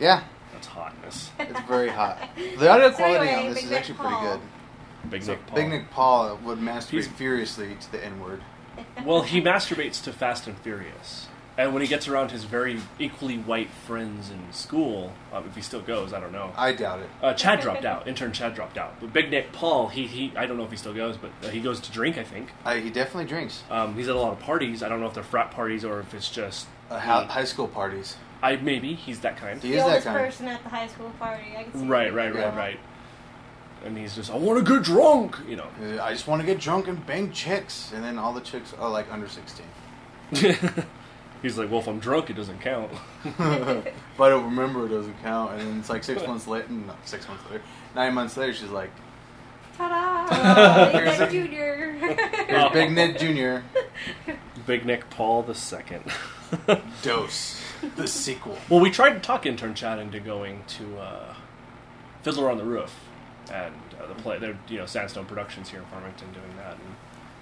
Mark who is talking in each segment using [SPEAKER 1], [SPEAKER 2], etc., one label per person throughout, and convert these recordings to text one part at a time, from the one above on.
[SPEAKER 1] Yeah,
[SPEAKER 2] Oh, That's hotness.
[SPEAKER 1] it's very hot. The audio
[SPEAKER 3] So
[SPEAKER 1] quality
[SPEAKER 3] anyway,
[SPEAKER 1] on this
[SPEAKER 3] Big
[SPEAKER 1] is
[SPEAKER 3] Nick
[SPEAKER 1] actually
[SPEAKER 3] Paul.
[SPEAKER 1] pretty good.
[SPEAKER 2] Big
[SPEAKER 1] So
[SPEAKER 2] Nick Paul.
[SPEAKER 1] Big Nick Paul would masturbate
[SPEAKER 2] He's-
[SPEAKER 1] furiously to the N word.
[SPEAKER 2] Well, he masturbates to Fast and Furious. And when he gets around his very equally white friends in school, uh, if he still goes, I don't know.
[SPEAKER 1] I doubt it.
[SPEAKER 2] Uh, Chad dropped out. Intern Chad dropped out. But Big Nick Paul, he, he I don't know if he still goes, but uh, he goes to drink, I think.
[SPEAKER 1] I, he definitely drinks.
[SPEAKER 2] Um, he's at a lot of parties. I don't know if they're frat parties or if it's just.
[SPEAKER 1] Uh, hi- high school parties.
[SPEAKER 2] I maybe he's that kind.
[SPEAKER 1] He
[SPEAKER 3] the
[SPEAKER 1] is that
[SPEAKER 3] oldest
[SPEAKER 1] kind.
[SPEAKER 3] person at the high school party. I can see
[SPEAKER 2] Right,
[SPEAKER 3] that.
[SPEAKER 2] right, right,
[SPEAKER 1] Yeah.
[SPEAKER 2] right. And he's just, I want to get drunk, you know.
[SPEAKER 1] Uh, I just want to get drunk and bang chicks, and then all the chicks are like under sixteen.
[SPEAKER 2] he's like, well, if I'm drunk, it doesn't count.
[SPEAKER 1] If I don't remember, it doesn't count. And then it's like six months later, no, six months later, nine months later, she's like,
[SPEAKER 3] Ta-da! Big
[SPEAKER 1] Here's
[SPEAKER 3] Nick
[SPEAKER 1] a-
[SPEAKER 3] Junior.
[SPEAKER 2] Oh.
[SPEAKER 1] "Here's Big Ned Junior,
[SPEAKER 2] Big Nick Paul the second. well,
[SPEAKER 1] Dose, the sequel."
[SPEAKER 2] we tried to talk intern Chad into going to uh, Fiddler on the Roof, and uh, the play. They're you know Sandstone Productions here in Farmington doing that, and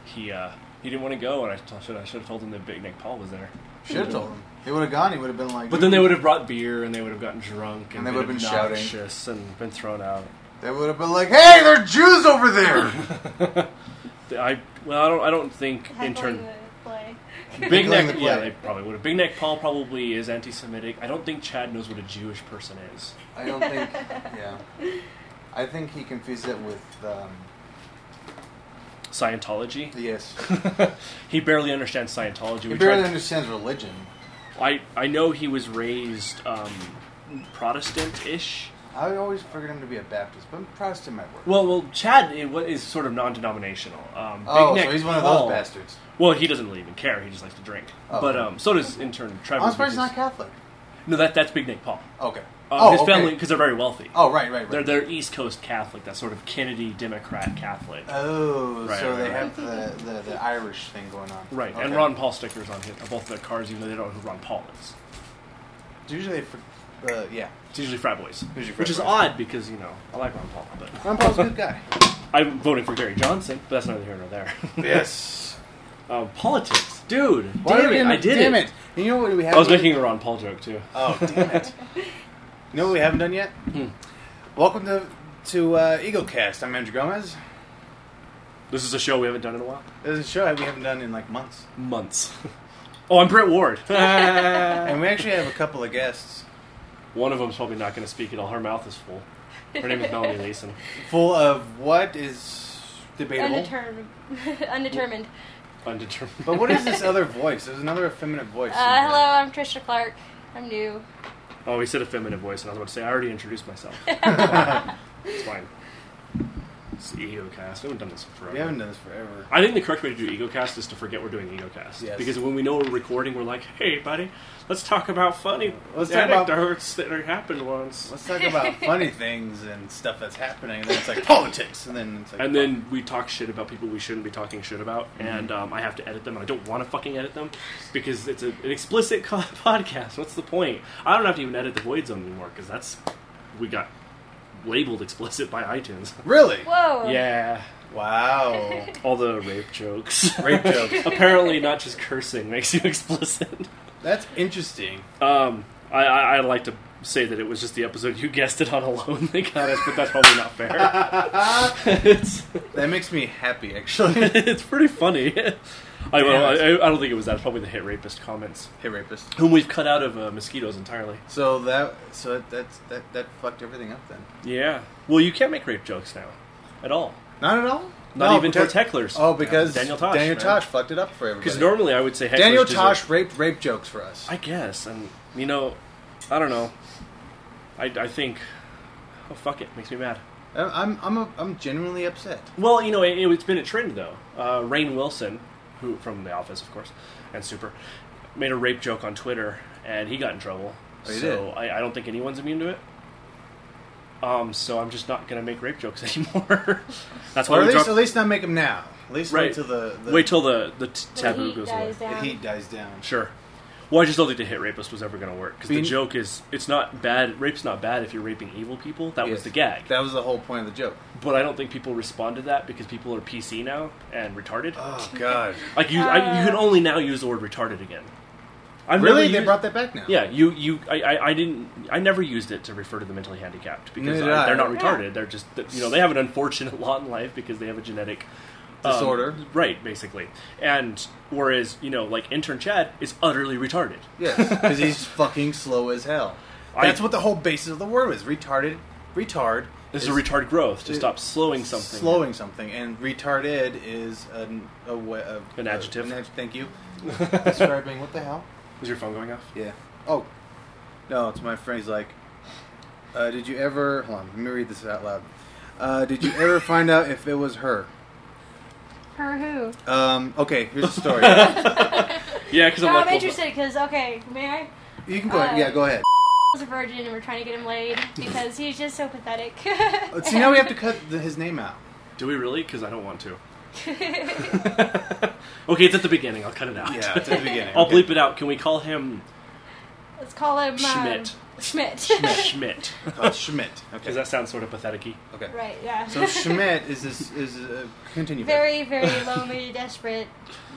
[SPEAKER 2] he uh, he didn't want to go, and I t- should I should have told him that Big Nick Paul was there.
[SPEAKER 1] Should have told him. He would have gone. He would have been like.
[SPEAKER 2] Hmm. But then they
[SPEAKER 1] "Ooh."
[SPEAKER 2] would have brought beer, and they would have gotten drunk,
[SPEAKER 1] And they would have been shouting.
[SPEAKER 2] obnoxious and been thrown out.
[SPEAKER 1] They would have been like, "Hey, there are Jews over there."
[SPEAKER 2] I well, I don't I don't think intern.
[SPEAKER 3] Heckling the play.
[SPEAKER 2] Big
[SPEAKER 1] Heckling
[SPEAKER 2] Neck,
[SPEAKER 1] the
[SPEAKER 2] yeah,
[SPEAKER 1] play.
[SPEAKER 2] they probably would have. Big Neck Paul probably is anti-Semitic. I don't think Chad knows what a Jewish person is.
[SPEAKER 1] I don't think. Yeah, I think he confused it with. Um,
[SPEAKER 2] Scientology.
[SPEAKER 1] yes,
[SPEAKER 2] he barely understands Scientology.
[SPEAKER 1] he
[SPEAKER 2] We
[SPEAKER 1] barely
[SPEAKER 2] tried-
[SPEAKER 1] understands religion.
[SPEAKER 2] I I know he was raised um, Protestant-ish.
[SPEAKER 1] I always figured him to be a Baptist, but Protestant might work.
[SPEAKER 2] Well, well, Chad i- what is sort of non-denominational. Um, Big
[SPEAKER 1] oh,
[SPEAKER 2] Neck
[SPEAKER 1] so he's one of
[SPEAKER 2] Paul-
[SPEAKER 1] those bastards.
[SPEAKER 2] Well, he doesn't really even care. He just likes to drink.
[SPEAKER 1] Oh.
[SPEAKER 2] But um, so does intern Trevor.
[SPEAKER 1] I'm surprised he's
[SPEAKER 2] because-
[SPEAKER 1] not Catholic.
[SPEAKER 2] No, that that's Big Neck Paul.
[SPEAKER 1] Okay.
[SPEAKER 2] Um,
[SPEAKER 1] oh,
[SPEAKER 2] his
[SPEAKER 1] okay.
[SPEAKER 2] family because they're very wealthy.
[SPEAKER 1] Oh, right, right, right.
[SPEAKER 2] They're they're East Coast Catholic, that sort of Kennedy Democrat Catholic.
[SPEAKER 1] Oh,
[SPEAKER 2] Right,
[SPEAKER 1] so
[SPEAKER 2] right,
[SPEAKER 1] they
[SPEAKER 2] right.
[SPEAKER 1] have the, the, the Irish thing going on.
[SPEAKER 2] Right,
[SPEAKER 1] Okay.
[SPEAKER 2] and Ron Paul stickers on his, on both their cars, even though they don't know who Ron Paul is.
[SPEAKER 1] It's Usually, for, uh, yeah.
[SPEAKER 2] It's usually frat boys,
[SPEAKER 1] Usually frat
[SPEAKER 2] which is
[SPEAKER 1] boys.
[SPEAKER 2] odd because you know I like Ron Paul, but
[SPEAKER 1] Ron Paul's a good guy.
[SPEAKER 2] I'm voting for Gary Johnson. But that's neither here nor there.
[SPEAKER 1] yes.
[SPEAKER 2] um, politics, dude.
[SPEAKER 1] Why are
[SPEAKER 2] damn
[SPEAKER 1] we
[SPEAKER 2] it,
[SPEAKER 1] in-
[SPEAKER 2] I did
[SPEAKER 1] damn
[SPEAKER 2] it.
[SPEAKER 1] it. You know what we have?
[SPEAKER 2] I was making a Ron Paul joke too.
[SPEAKER 1] Oh, damn it. you know what we haven't done yet?
[SPEAKER 2] Hmm.
[SPEAKER 1] Welcome to to uh, EagleCast. I'm Andrew Gomez.
[SPEAKER 2] This is a show we haven't done in a while,
[SPEAKER 1] This is a show that we haven't done in like months,
[SPEAKER 2] months. oh, I'm Brett Ward.
[SPEAKER 1] and we actually have a couple of guests
[SPEAKER 2] One of them's probably not going to speak at all. Her mouth is full. Her name is Melanie Leeson.
[SPEAKER 1] full of what is debatable.
[SPEAKER 3] Undetermined. Undetermined.
[SPEAKER 2] Undetermined.
[SPEAKER 1] But what is this other voice? There's another effeminate voice. in
[SPEAKER 3] Uh,
[SPEAKER 1] here.
[SPEAKER 3] hello, I'm Trisha Clark. I'm new.
[SPEAKER 2] Oh, he said a feminine voice, and I was about to say I already introduced myself. it's fine. It's EgoCast. We haven't done this in forever.
[SPEAKER 1] We haven't done this forever.
[SPEAKER 2] I think the correct way to do EgoCast is to forget we're doing EgoCast.
[SPEAKER 1] Yes.
[SPEAKER 2] Because when we know we're recording, we're like, hey, buddy, let's talk about funny
[SPEAKER 1] Let's talk about-
[SPEAKER 2] anecdotes that happened once.
[SPEAKER 1] Let's talk about funny things and stuff that's happening. And then it's like politics, and then it's like
[SPEAKER 2] And then we talk shit about people we shouldn't be talking shit about,
[SPEAKER 1] Mm-hmm.
[SPEAKER 2] and um, I have to edit them, and I don't want to fucking edit them because it's a, an explicit co- podcast. What's the point? I don't have to even edit the Void Zone anymore because that's. We got labeled explicit by iTunes.
[SPEAKER 1] oh, really,
[SPEAKER 3] Whoa.
[SPEAKER 2] Yeah,
[SPEAKER 1] wow,
[SPEAKER 2] all the rape jokes.
[SPEAKER 1] rape jokes.
[SPEAKER 2] Apparently, not just cursing makes you explicit.
[SPEAKER 1] That's interesting.
[SPEAKER 2] Um, I, I I like to say that it was just the episode you guessed it on alone they got us, but that's probably not fair.
[SPEAKER 1] that
[SPEAKER 2] it's
[SPEAKER 1] makes me happy, actually.
[SPEAKER 2] it's pretty funny. I, well, I,
[SPEAKER 1] Yeah.
[SPEAKER 2] I don't think it was that. It's probably the hit rapist comments,
[SPEAKER 1] Hey, rapist.
[SPEAKER 2] whom we've cut out of uh, mosquitoes entirely.
[SPEAKER 1] So that so that, that's that that fucked everything up then.
[SPEAKER 2] Yeah. Well, you can't make rape jokes now, at all.
[SPEAKER 1] Not at all.
[SPEAKER 2] Not
[SPEAKER 1] No,
[SPEAKER 2] even
[SPEAKER 1] because-
[SPEAKER 2] towards hecklers.
[SPEAKER 1] Oh, because
[SPEAKER 2] Daniel Tosh.
[SPEAKER 1] Daniel
[SPEAKER 2] man.
[SPEAKER 1] Tosh fucked it up for everybody.
[SPEAKER 2] Because normally I would say hecklers
[SPEAKER 1] Daniel
[SPEAKER 2] deserve-
[SPEAKER 1] Tosh raped rape jokes for us.
[SPEAKER 2] I guess, and you know, I don't know. I, I think, oh fuck it, makes me mad.
[SPEAKER 1] I, am I'm a, I'm genuinely upset.
[SPEAKER 2] Well, you know, it, it's been a trend though. Uh, Rain Wilson, who from The Office, of course, and Super, made a rape joke on Twitter, and he got in trouble.
[SPEAKER 1] Oh, he
[SPEAKER 2] so
[SPEAKER 1] did?
[SPEAKER 2] I, I don't think anyone's immune to it. Um, so I'm just not gonna make rape jokes anymore. That's why
[SPEAKER 1] Or at
[SPEAKER 2] we
[SPEAKER 1] least
[SPEAKER 2] dropped.
[SPEAKER 1] at least not make them now. At least
[SPEAKER 2] Right.
[SPEAKER 1] wait till the, the
[SPEAKER 2] Wait till the the t-
[SPEAKER 3] The
[SPEAKER 2] taboo
[SPEAKER 3] heat
[SPEAKER 2] goes away.
[SPEAKER 3] dies
[SPEAKER 1] the
[SPEAKER 3] down.
[SPEAKER 1] heat dies down.
[SPEAKER 2] Sure. Well, I just don't think the hit rapist was ever going to work because the
[SPEAKER 1] Being-
[SPEAKER 2] joke is it's not bad. Rape's not bad if you're raping evil people. That was
[SPEAKER 1] Yes.
[SPEAKER 2] the gag.
[SPEAKER 1] That was the whole point of the joke.
[SPEAKER 2] But I don't think people respond to that because people are PC now and retarded.
[SPEAKER 1] Oh God!
[SPEAKER 4] Uh.
[SPEAKER 2] Like you, I, you can only now use the word retarded again. I've
[SPEAKER 1] really,
[SPEAKER 2] never
[SPEAKER 1] they
[SPEAKER 2] used-
[SPEAKER 1] brought that back now.
[SPEAKER 2] Yeah, you you I, I, I didn't I never used it to refer to the mentally handicapped because
[SPEAKER 1] Neither did
[SPEAKER 2] I,
[SPEAKER 1] I.
[SPEAKER 2] they're not
[SPEAKER 4] Yeah.
[SPEAKER 2] retarded. They're just you know they have an unfortunate lot in life because they have a genetic um,
[SPEAKER 1] Disorder.
[SPEAKER 2] right? Basically, and whereas you know like intern Chad is utterly retarded.
[SPEAKER 1] Yes, because he's fucking slow as hell.
[SPEAKER 2] I-
[SPEAKER 1] That's what the whole basis of the word was. Retarded, retard.
[SPEAKER 2] This is a retard growth to
[SPEAKER 1] it-
[SPEAKER 2] stop slowing something.
[SPEAKER 1] Slowing something, and retarded is an a, wa- a,
[SPEAKER 2] An adjective.
[SPEAKER 1] an adj- thank you. Describing what the hell?
[SPEAKER 2] Is your phone going off?
[SPEAKER 1] Yeah. Oh, no, it's my friend. He's like, uh, did you ever? Hold on, let me read this out loud. Uh, did you ever find out if it was her?
[SPEAKER 4] Her who?
[SPEAKER 1] Um, okay, here's the story.
[SPEAKER 2] Yeah, because
[SPEAKER 4] No,
[SPEAKER 2] I'm
[SPEAKER 4] I'm
[SPEAKER 2] like well,
[SPEAKER 4] interested because okay, may I?
[SPEAKER 1] you can go. ahead. Yeah, go ahead.
[SPEAKER 4] was a virgin and we're trying to get him laid because he's just so pathetic. Uh,
[SPEAKER 1] See, Uh, now we have to cut the, his name out.
[SPEAKER 2] Do we really? Because I don't want to. okay, it's at the beginning. I'll cut it out.
[SPEAKER 1] Yeah, it's at the beginning.
[SPEAKER 2] I'll
[SPEAKER 1] Okay.
[SPEAKER 2] bleep it out. Can we call him
[SPEAKER 4] Let's call him um,
[SPEAKER 2] Schmidt.
[SPEAKER 4] Schmidt.
[SPEAKER 2] Schmidt?
[SPEAKER 1] Oh, Schmidt. Okay.
[SPEAKER 2] Because that sounds sort of pathetic.
[SPEAKER 1] okay.
[SPEAKER 4] right. Yeah.
[SPEAKER 1] So Schmidt is this is uh, continue.
[SPEAKER 4] very, very lonely, desperate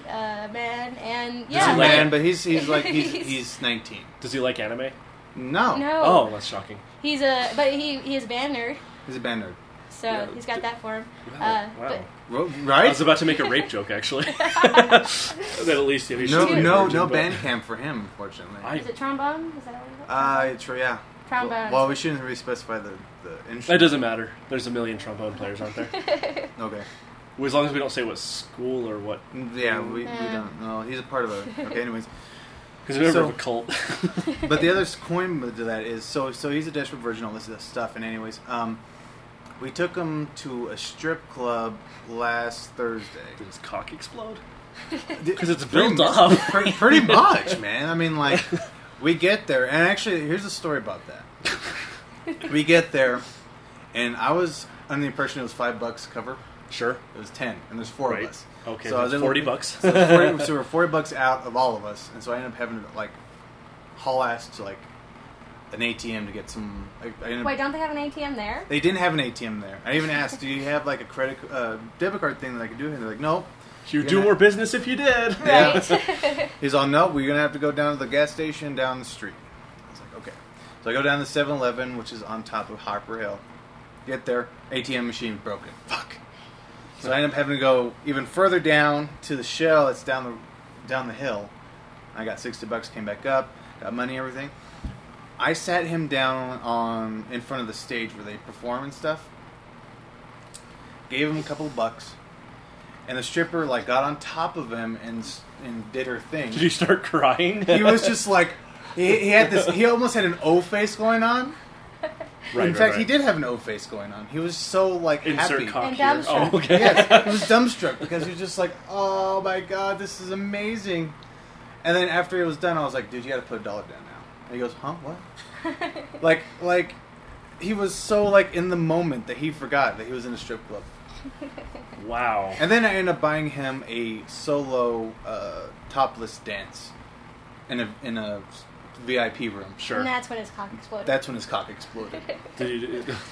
[SPEAKER 4] uh, man, and
[SPEAKER 1] He's a
[SPEAKER 4] yeah,
[SPEAKER 2] like-
[SPEAKER 1] man, but he's he's like he's
[SPEAKER 4] He's-
[SPEAKER 1] he's nineteen.
[SPEAKER 2] Does he like anime?
[SPEAKER 1] No,
[SPEAKER 4] no,
[SPEAKER 2] Oh, that's shocking.
[SPEAKER 4] he's a but he he is a band nerd,
[SPEAKER 1] he's a band nerd.
[SPEAKER 4] so
[SPEAKER 2] Yeah.
[SPEAKER 4] he's got that for him.
[SPEAKER 2] Wow.
[SPEAKER 4] Uh,
[SPEAKER 2] Wow.
[SPEAKER 4] but-
[SPEAKER 1] Ro-
[SPEAKER 2] I
[SPEAKER 1] Right?
[SPEAKER 2] was about to make a rape joke, actually. that at least if he's
[SPEAKER 1] No,
[SPEAKER 2] just a
[SPEAKER 1] no,
[SPEAKER 2] virgin,
[SPEAKER 1] no
[SPEAKER 2] but-
[SPEAKER 1] band camp for him, unfortunately.
[SPEAKER 2] I-
[SPEAKER 4] Is it trombone? Is that what
[SPEAKER 1] uh,
[SPEAKER 4] it is?
[SPEAKER 1] it's- yeah.
[SPEAKER 4] trombone.
[SPEAKER 1] Well, we shouldn't really specify the the instrument.
[SPEAKER 2] That doesn't matter. There's a million trombone players, aren't there?
[SPEAKER 1] Okay.
[SPEAKER 2] as long as we don't say what school or what,
[SPEAKER 1] Yeah, we, we
[SPEAKER 4] Yeah.
[SPEAKER 1] don't. No, he's a part of a. Okay, anyways.
[SPEAKER 2] because we're a member of a
[SPEAKER 1] So-
[SPEAKER 2] cult.
[SPEAKER 1] But the other s- coin to that is so so he's a desperate virgin, all this stuff. And anyways, um, we took him to a strip club last Thursday.
[SPEAKER 2] Did his cock explode?
[SPEAKER 1] because
[SPEAKER 2] it's built up.
[SPEAKER 1] Pretty, pretty much, man. I mean, like, we get there, and actually, here's a story about that. We get there, and I was under the impression it was five bucks cover.
[SPEAKER 2] Sure.
[SPEAKER 1] It was ten, and there's four
[SPEAKER 2] Right.
[SPEAKER 1] of us.
[SPEAKER 2] Okay,
[SPEAKER 1] I
[SPEAKER 2] that's
[SPEAKER 1] was
[SPEAKER 2] 40 bucks.
[SPEAKER 1] So, it's 40 so we're forty bucks out of all of us, and so I ended up having to like haul ass to like an ATM to get some. I, I ended up-
[SPEAKER 4] Wait, don't they have an ATM there?
[SPEAKER 1] they didn't have an ATM there. I even asked, "Do you have like a credit, uh, debit card thing that I could do?" And they're like, "Nope."
[SPEAKER 2] You
[SPEAKER 1] You're
[SPEAKER 2] do
[SPEAKER 1] gonna-
[SPEAKER 2] more business if you did.
[SPEAKER 1] Yeah.
[SPEAKER 4] Right.
[SPEAKER 1] He's all, no, we're going to have to go down to the gas station down the street. I was like, okay. So I go down to 7 Eleven, which is on top of Harper Hill. Get there, ATM machine's broken. Fuck. So I end up having to go even further down to the shell that's down the down the hill. I got 60 bucks, came back up, got money, everything. I sat him down on in front of the stage where they perform and stuff. Gave him a couple bucks, and the stripper like got on top of him and s- and did her thing
[SPEAKER 2] Did you start crying?
[SPEAKER 1] he was just like he, he had this he almost had an o face going on
[SPEAKER 2] Right,
[SPEAKER 1] in
[SPEAKER 2] right,
[SPEAKER 1] fact he
[SPEAKER 2] right.
[SPEAKER 1] did have an o face going on he was so like
[SPEAKER 2] Insert
[SPEAKER 1] happy
[SPEAKER 2] cock
[SPEAKER 4] And
[SPEAKER 2] here.
[SPEAKER 4] dumbstruck.
[SPEAKER 2] Oh, okay.
[SPEAKER 1] yes he was dumbstruck because he was just like oh my god this is amazing and then after it was done i was like dude you gotta put a dollar down now and he goes huh what like like he was so like in the moment that he forgot that he was in a strip club
[SPEAKER 2] Wow.
[SPEAKER 1] and then I end up buying him a solo uh, topless dance in a in a VIP room.
[SPEAKER 2] Sure.
[SPEAKER 4] And that's when his cock exploded.
[SPEAKER 1] That's when his cock exploded.
[SPEAKER 2] Did you-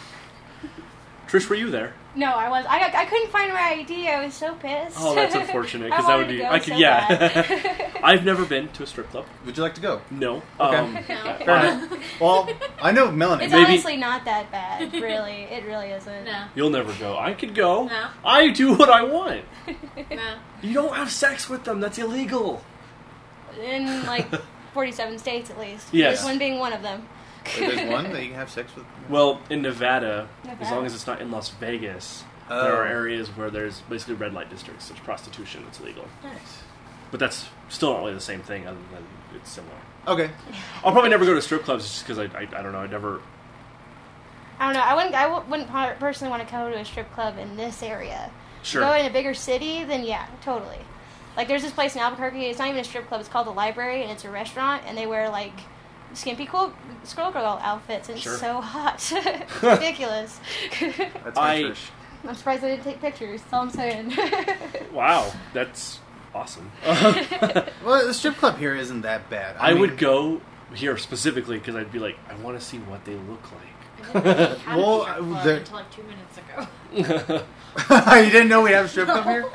[SPEAKER 2] Trish, were you there?
[SPEAKER 4] No, I was. I, I couldn't find my ID. I was so pissed.
[SPEAKER 2] Oh, that's unfortunate, 'cause
[SPEAKER 4] I
[SPEAKER 2] that
[SPEAKER 4] wanted to
[SPEAKER 2] would be-
[SPEAKER 4] Go
[SPEAKER 2] I could-
[SPEAKER 4] so
[SPEAKER 2] yeah.
[SPEAKER 4] bad.
[SPEAKER 2] I've never been to a strip club.
[SPEAKER 1] Would you like to go?
[SPEAKER 2] No.
[SPEAKER 1] Okay.
[SPEAKER 2] Um,
[SPEAKER 5] No.
[SPEAKER 1] Fair
[SPEAKER 2] I-
[SPEAKER 1] enough. Well, I know Melanie.
[SPEAKER 4] it's
[SPEAKER 2] Maybe-
[SPEAKER 4] honestly not that bad, really. It really isn't.
[SPEAKER 5] No,
[SPEAKER 2] You'll never go. I could go.
[SPEAKER 5] No.
[SPEAKER 2] I do what I want.
[SPEAKER 5] no.
[SPEAKER 2] You don't have sex with them. That's illegal.
[SPEAKER 4] In like 47 states at least.
[SPEAKER 2] Yes.
[SPEAKER 4] This one being one of them.
[SPEAKER 1] There's one that you can have sex with.
[SPEAKER 2] Well, in Nevada, as
[SPEAKER 4] Nevada.
[SPEAKER 2] long as it's not in Las Vegas,
[SPEAKER 1] Oh.
[SPEAKER 2] there are areas where there's basically red light districts. There's prostitution that's legal.
[SPEAKER 1] Nice.
[SPEAKER 2] But that's still not really the same thing, other than it's similar.
[SPEAKER 1] Okay.
[SPEAKER 2] I'll probably never go to strip clubs just because I, I, I don't know. I never.
[SPEAKER 4] I don't know. I wouldn't. I w- wouldn't per- personally want to go to a strip club in this area.
[SPEAKER 2] Sure.
[SPEAKER 4] Go in a bigger city, then yeah, totally. Like there's this place in Albuquerque. It's not even a strip club. It's called the Library, and it's a restaurant, and they wear like skimpy cool scroll girl outfits, and
[SPEAKER 2] Sure.
[SPEAKER 4] it's so hot, It's ridiculous.
[SPEAKER 1] That's my
[SPEAKER 2] I-
[SPEAKER 1] Trish.
[SPEAKER 4] I'm surprised I didn't take pictures. That's all I'm saying.
[SPEAKER 2] Wow, that's awesome.
[SPEAKER 1] Well, the strip club here isn't that bad.
[SPEAKER 2] I, would
[SPEAKER 1] mean,
[SPEAKER 2] go here specifically because I'd be like, I want to see what they look
[SPEAKER 5] I didn't know
[SPEAKER 1] Well,
[SPEAKER 5] we had a strip
[SPEAKER 1] I-
[SPEAKER 5] club
[SPEAKER 1] there-
[SPEAKER 5] until like two minutes ago.
[SPEAKER 2] like.
[SPEAKER 1] you didn't know we have a strip club here.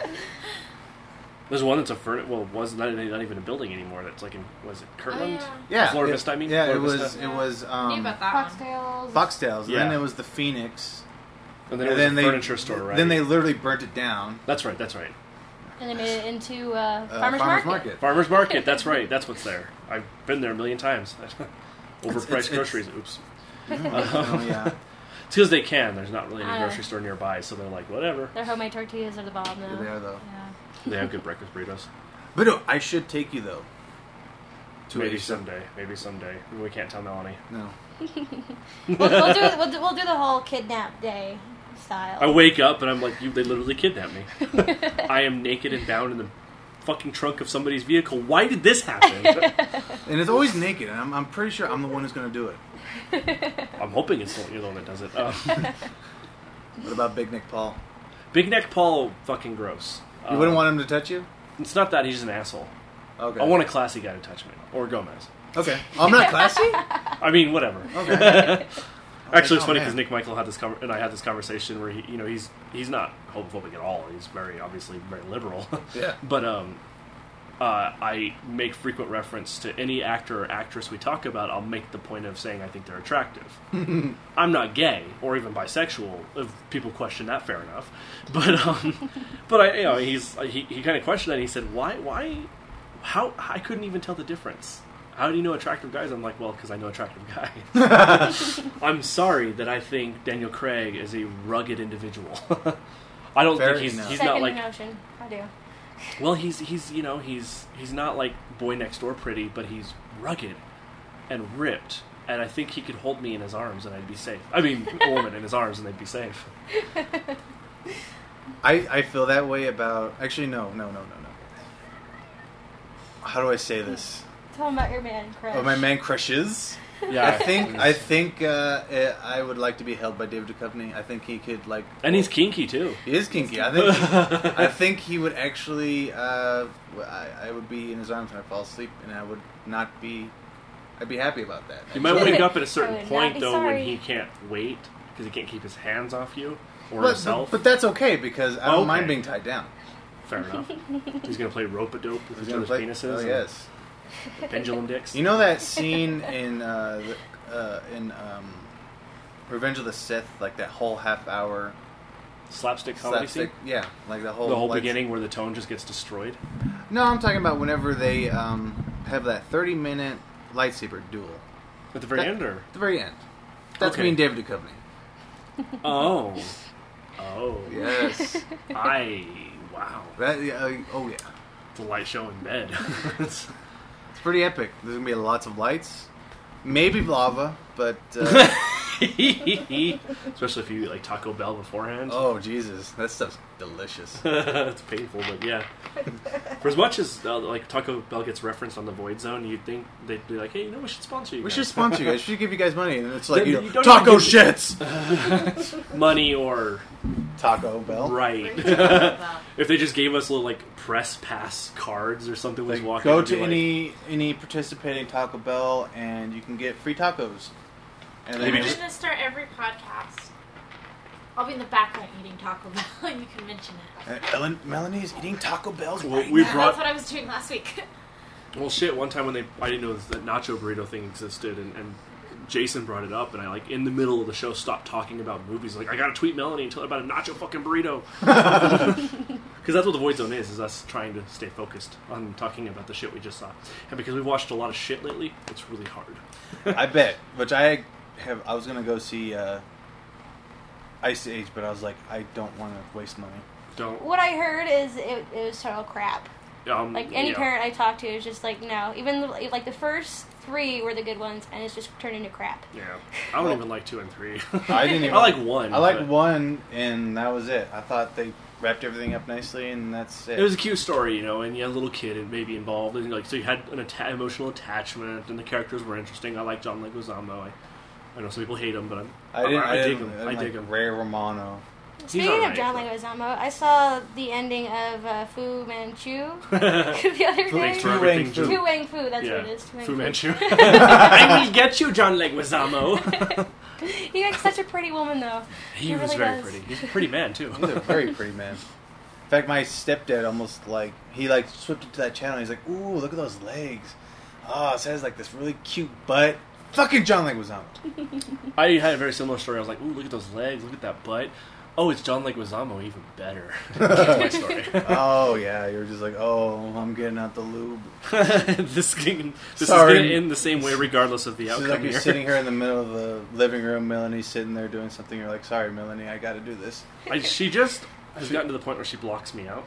[SPEAKER 2] There's one that's a furni- well was not, not even a building anymore. That's like in was it Kirtland?
[SPEAKER 5] yeah.
[SPEAKER 1] Yeah,
[SPEAKER 2] Flor
[SPEAKER 1] it-
[SPEAKER 2] Vista, I mean?
[SPEAKER 1] Yeah,
[SPEAKER 2] Flor
[SPEAKER 1] it was
[SPEAKER 2] Vista.
[SPEAKER 1] it was
[SPEAKER 5] I knew
[SPEAKER 1] um,
[SPEAKER 5] about that one.
[SPEAKER 3] Foxtails.
[SPEAKER 1] Foxtails. and Then
[SPEAKER 2] Yeah.
[SPEAKER 1] it was the Phoenix.
[SPEAKER 2] And then it was a
[SPEAKER 1] they
[SPEAKER 2] furniture store, right?
[SPEAKER 1] Then they literally burnt it down.
[SPEAKER 2] That's right. That's right.
[SPEAKER 3] And they made it into uh,
[SPEAKER 1] Uh,
[SPEAKER 3] farmers, market.
[SPEAKER 2] Farmers Market. That's right. That's what's there. I've been there a million times. Overpriced
[SPEAKER 1] It's- it's-
[SPEAKER 2] groceries. Oops.
[SPEAKER 1] oh, yeah.
[SPEAKER 2] It's because they can. There's not really
[SPEAKER 3] Uh.
[SPEAKER 2] a grocery store nearby, so they're like, whatever.
[SPEAKER 3] Their homemade tortillas are the bomb, though.
[SPEAKER 1] They are though.
[SPEAKER 3] Yeah.
[SPEAKER 2] They have good breakfast burritos.
[SPEAKER 1] But no, I should take you though. To
[SPEAKER 2] Maybe
[SPEAKER 1] a-
[SPEAKER 2] someday. Maybe someday. We can't tell Melanie.
[SPEAKER 1] No.
[SPEAKER 3] we'll, we'll do we'll do, we'll do the whole kidnap day style.
[SPEAKER 2] I
[SPEAKER 4] Oh.
[SPEAKER 2] wake up and I'm like, you, they literally kidnapped me. I am naked and bound in the fucking trunk of somebody's vehicle. Why did this happen?
[SPEAKER 1] And it's always naked, and I'm, I'm pretty sure I'm the one who's going to do it.
[SPEAKER 2] I'm hoping it's not you're the one that does it. Um,
[SPEAKER 1] What about Big Nick Paul?
[SPEAKER 2] Big Neck Paul, fucking gross.
[SPEAKER 1] You
[SPEAKER 2] Um,
[SPEAKER 1] wouldn't want him to touch you?
[SPEAKER 2] It's not that he's just an asshole.
[SPEAKER 1] Okay.
[SPEAKER 2] I want a classy guy to touch me or Gomez.
[SPEAKER 1] Okay. I'm not classy?
[SPEAKER 2] I mean, whatever.
[SPEAKER 1] Oh, Okay.
[SPEAKER 2] Actually,
[SPEAKER 1] Oh,
[SPEAKER 2] it's funny
[SPEAKER 1] man.
[SPEAKER 2] because Nick Michael had this conver- and I had this conversation where he, you know, he's he's not homophobic at all. He's very obviously very liberal.
[SPEAKER 1] Yeah.
[SPEAKER 2] but um, uh, I make frequent reference to any actor or actress we talk about. I'll make the point of saying I think they're attractive. I'm not gay or even bisexual. If people question that, fair enough. But um, but I, you know, he's he, he kind of questioned that. And he said, "Why? Why? How? I couldn't even tell the difference. How do you know attractive guys?" I'm like, "Well, because I know attractive guys. I'm sorry that I think Daniel Craig is a rugged individual. I don't
[SPEAKER 1] Fair
[SPEAKER 2] think he's
[SPEAKER 1] enough.
[SPEAKER 2] he's
[SPEAKER 3] Second
[SPEAKER 2] not like
[SPEAKER 3] notion. I do.
[SPEAKER 2] well, he's he's you know he's he's not like boy next door pretty, but he's rugged and ripped, and I think he could hold me in his arms and I'd be safe. I mean, a woman in his arms and they'd be safe.
[SPEAKER 1] I, I feel that way about. Actually, no, no, no, no, no. How do I say this?
[SPEAKER 3] Tell him about your man, Chris.
[SPEAKER 1] Oh, my man crushes.
[SPEAKER 2] Yeah,
[SPEAKER 1] I think I think uh, eh, I would like to be held by David Duchovny. I think he could like.
[SPEAKER 2] and he's kinky too.
[SPEAKER 1] He is kinky. I think. I think he would actually. Uh, w- I, I would be in his arms and I fall asleep, and I would not be. I'd be happy about that.
[SPEAKER 2] you might
[SPEAKER 1] actually.
[SPEAKER 2] wake up at a
[SPEAKER 3] I
[SPEAKER 2] certain
[SPEAKER 3] would not
[SPEAKER 2] point
[SPEAKER 3] be
[SPEAKER 2] though
[SPEAKER 3] Oh, sorry.
[SPEAKER 2] when he can't wait because he can't keep his hands off you or
[SPEAKER 1] But- but,
[SPEAKER 2] himself.
[SPEAKER 1] but that's okay because I don't
[SPEAKER 2] Okay.
[SPEAKER 1] mind being tied down.
[SPEAKER 2] Fair enough. He's gonna play rope a dope with
[SPEAKER 1] He's
[SPEAKER 2] each
[SPEAKER 1] gonna
[SPEAKER 2] other's
[SPEAKER 1] play-
[SPEAKER 2] penises.
[SPEAKER 1] Oh
[SPEAKER 2] and
[SPEAKER 1] yes.
[SPEAKER 2] Pendulum dicks.
[SPEAKER 1] You know that scene in uh, the, uh, in um, Revenge of the Sith, like that whole half hour
[SPEAKER 2] slapstick comedy
[SPEAKER 1] slapstick? Yeah, like the whole
[SPEAKER 2] scene. The whole
[SPEAKER 1] like-
[SPEAKER 2] beginning where the tone just gets destroyed.
[SPEAKER 1] No, I'm talking about whenever they um, have that 30 minute lightsaber duel
[SPEAKER 2] At the very
[SPEAKER 1] That-
[SPEAKER 2] end, or
[SPEAKER 1] at the very end. That's
[SPEAKER 2] Okay.
[SPEAKER 1] me and David Duchovny.
[SPEAKER 2] oh, oh,
[SPEAKER 1] Yes.
[SPEAKER 2] I wow.
[SPEAKER 1] that, yeah, uh, oh yeah,
[SPEAKER 2] It's a light show in bed. It's-
[SPEAKER 1] it's pretty epic. There's gonna be lots of lights, maybe lava, but uh,
[SPEAKER 2] Especially if you eat like Taco Bell beforehand.
[SPEAKER 1] oh Jesus, that stuff's delicious.
[SPEAKER 2] it's painful, but yeah. For as much as uh, like Taco Bell gets referenced on the Void Zone, you'd think they'd be like, "Hey, you know, we should sponsor you.
[SPEAKER 1] We
[SPEAKER 2] guys."
[SPEAKER 1] should sponsor you guys. We should give you guys money, and it's like
[SPEAKER 2] Then
[SPEAKER 1] you
[SPEAKER 2] you
[SPEAKER 1] know,
[SPEAKER 2] don't
[SPEAKER 1] taco
[SPEAKER 2] even give-
[SPEAKER 1] shits,
[SPEAKER 2] money or
[SPEAKER 1] Taco Bell.
[SPEAKER 2] right." if they just gave us little like press pass cards or something, was
[SPEAKER 1] Like,
[SPEAKER 2] walking.
[SPEAKER 1] go
[SPEAKER 2] I'd be
[SPEAKER 1] to
[SPEAKER 2] like,
[SPEAKER 1] any any participating Taco Bell, and you can get free tacos. And
[SPEAKER 5] I'm
[SPEAKER 1] then
[SPEAKER 2] Maybe
[SPEAKER 5] going
[SPEAKER 1] just,
[SPEAKER 2] just-
[SPEAKER 5] to start every podcast. I'll be in the background eating Taco Bell and you can mention it.
[SPEAKER 1] Uh, Ellen, Melanie is eating Taco Bells.
[SPEAKER 2] Well,
[SPEAKER 1] right
[SPEAKER 2] we
[SPEAKER 1] now.
[SPEAKER 2] brought-
[SPEAKER 5] That's what I was doing last week.
[SPEAKER 2] Well, shit. One time when they, I didn't know that nacho burrito thing existed, and, and Jason brought it up, and I like in the middle of the show stopped talking about movies. Like, I gotta tweet Melanie and tell her about a nacho fucking burrito, because that's what the void zone is—is us trying to stay focused on talking about the shit we just saw, and because we watched a lot of shit lately, it's really hard.
[SPEAKER 1] I bet. Which I have. I was gonna go see uh, Ice Age, but I was like, I don't want to waste money.
[SPEAKER 2] Don't
[SPEAKER 3] What I heard is it, it was total crap.
[SPEAKER 2] um,
[SPEAKER 3] Like any
[SPEAKER 2] yeah.
[SPEAKER 3] parent I talked to is just like, no. Even the, like the first three were the good ones, and it's just turned into crap.
[SPEAKER 2] Yeah, I don't even like two and three.
[SPEAKER 1] I didn't
[SPEAKER 2] I
[SPEAKER 1] even.
[SPEAKER 2] like one.
[SPEAKER 1] I like
[SPEAKER 2] but-
[SPEAKER 1] one, and that was it. I thought they wrapped everything up nicely, and that's it.
[SPEAKER 2] It was a cute story, you know, and you had a little kid and maybe involved, and like so you had an atta- emotional attachment, and the characters were interesting. I like John Leguizamo. I, I know some people hate him, but I'm,
[SPEAKER 1] I didn't. I,
[SPEAKER 2] dig
[SPEAKER 1] didn't,
[SPEAKER 2] him. I,
[SPEAKER 1] didn't
[SPEAKER 2] dig
[SPEAKER 1] like
[SPEAKER 2] him.
[SPEAKER 1] Ray Romano.
[SPEAKER 3] Speaking
[SPEAKER 2] alright,
[SPEAKER 3] of John
[SPEAKER 2] but-
[SPEAKER 3] Leguizamo, I saw the ending of uh, Fu Manchu the other
[SPEAKER 2] Thanks for
[SPEAKER 3] day.
[SPEAKER 2] everything,
[SPEAKER 1] Fu Wang Fu.
[SPEAKER 2] John.
[SPEAKER 3] Fu Wang Fu, that's
[SPEAKER 2] yeah,
[SPEAKER 3] what it is. Fu Wang
[SPEAKER 2] Fu
[SPEAKER 3] Fu.
[SPEAKER 2] Manchu. I will get you, John Leguizamo.
[SPEAKER 3] He makes such a pretty woman, though.
[SPEAKER 2] he
[SPEAKER 3] He really
[SPEAKER 2] was very
[SPEAKER 3] does.
[SPEAKER 2] pretty. He's a pretty man too.
[SPEAKER 1] He's a very pretty man. In fact, my stepdad almost like he like swept into that channel. He's like, "Ooh, look at those legs! Oh, it has like this really cute butt." Fucking John Leguizamo.
[SPEAKER 2] I had a very similar story. I was like, "Ooh, look at those legs! Look at that butt! Oh, it's John Leguizamo, even better." That's my story.
[SPEAKER 1] oh yeah, you're just like, "Oh, I'm getting out the lube."
[SPEAKER 2] this can, this
[SPEAKER 1] Sorry.
[SPEAKER 2] is going to end the same way, regardless of the
[SPEAKER 1] She's
[SPEAKER 2] outcome
[SPEAKER 1] like you're
[SPEAKER 2] here.
[SPEAKER 1] sitting here in the middle of the living room. Melanie's sitting there doing something. You're like, "Sorry, Melanie, I got to do this."
[SPEAKER 2] I, she just has gotten to the point where she blocks me out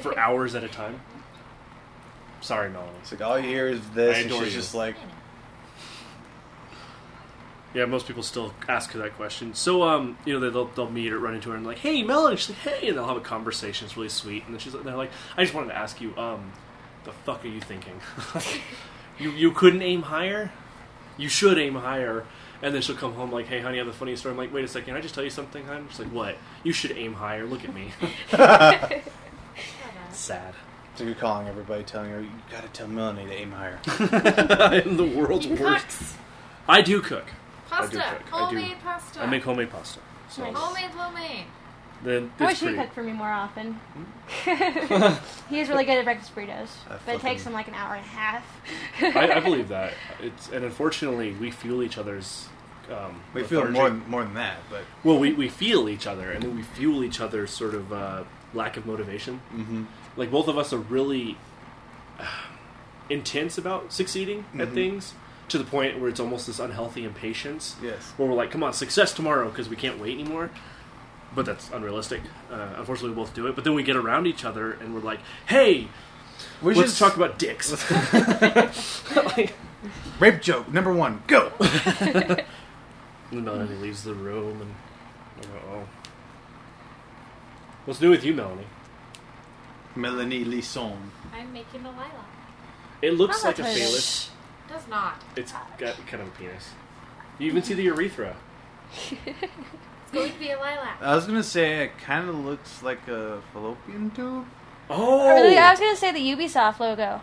[SPEAKER 2] for hours at a time. Sorry, Melanie.
[SPEAKER 1] It's like all you hear is this,
[SPEAKER 2] I
[SPEAKER 1] and
[SPEAKER 2] adore
[SPEAKER 1] she's
[SPEAKER 2] you.
[SPEAKER 1] just like,
[SPEAKER 2] Yeah, most people still ask her that question. So, um, you know, they'll they'll meet or run into her and like, "Hey, Melanie," she's like, "Hey," and they'll have a conversation. It's really sweet. And then she's like, "They're like, I just wanted to ask you, um, the fuck are you thinking? you you couldn't aim higher? You should aim higher." And then she'll come home like, "Hey, honey, I have the funniest story." I'm like, "Wait a second, can I just tell you something, honey?" She's like, "What? You should aim higher. Look at me." Sad.
[SPEAKER 1] so you're calling everybody, telling her you got to tell Melanie to aim higher.
[SPEAKER 2] I'm the world's
[SPEAKER 5] You
[SPEAKER 2] worst.
[SPEAKER 5] cooks.
[SPEAKER 2] I do cook.
[SPEAKER 5] Pasta.
[SPEAKER 2] I do cook. I do.
[SPEAKER 5] Homemade pasta.
[SPEAKER 2] I make homemade pasta. So
[SPEAKER 3] Nice.
[SPEAKER 5] homemade Oh, lo mein.
[SPEAKER 2] then
[SPEAKER 3] I wish
[SPEAKER 2] it's
[SPEAKER 3] he
[SPEAKER 2] pretty. Hmm?
[SPEAKER 3] cooked for me more often. he is really good at breakfast burritos,
[SPEAKER 1] I
[SPEAKER 3] but it takes
[SPEAKER 1] fucking-
[SPEAKER 3] him like an hour and a half.
[SPEAKER 2] I, I believe that. It's and unfortunately we fuel each other's. Um,
[SPEAKER 1] We feel
[SPEAKER 2] lethargy.
[SPEAKER 1] more more than that, but
[SPEAKER 2] Well, we, we feel each other, and then we fuel each other's sort of uh, lack of motivation.
[SPEAKER 1] mm-hmm.
[SPEAKER 2] Like both of us are really uh, intense about succeeding at
[SPEAKER 1] Mhm.
[SPEAKER 2] things to the point where it's almost this unhealthy impatience.
[SPEAKER 1] yes,
[SPEAKER 2] where we're like, come on, success tomorrow because we can't wait anymore. But that's unrealistic. Uh, unfortunately, we both do it. But then we get around each other and we're like, hey,
[SPEAKER 1] we
[SPEAKER 2] let's
[SPEAKER 1] should
[SPEAKER 2] talk about dicks. like,
[SPEAKER 1] rape joke number one. Go.
[SPEAKER 2] and Melanie leaves the room and I go, oh. What's new with you, Melanie?
[SPEAKER 1] Melanie Lisson.
[SPEAKER 5] I'm making a lilac.
[SPEAKER 2] It looks
[SPEAKER 3] Oh,
[SPEAKER 2] like a
[SPEAKER 3] that's nice.
[SPEAKER 2] phallus.
[SPEAKER 5] Does not.
[SPEAKER 2] It's got kind of a penis. You even see the urethra.
[SPEAKER 5] It's going to be a lilac.
[SPEAKER 1] I was gonna say it kind of looks like a fallopian tube.
[SPEAKER 2] Oh!
[SPEAKER 3] I really- I was gonna say the Ubisoft logo.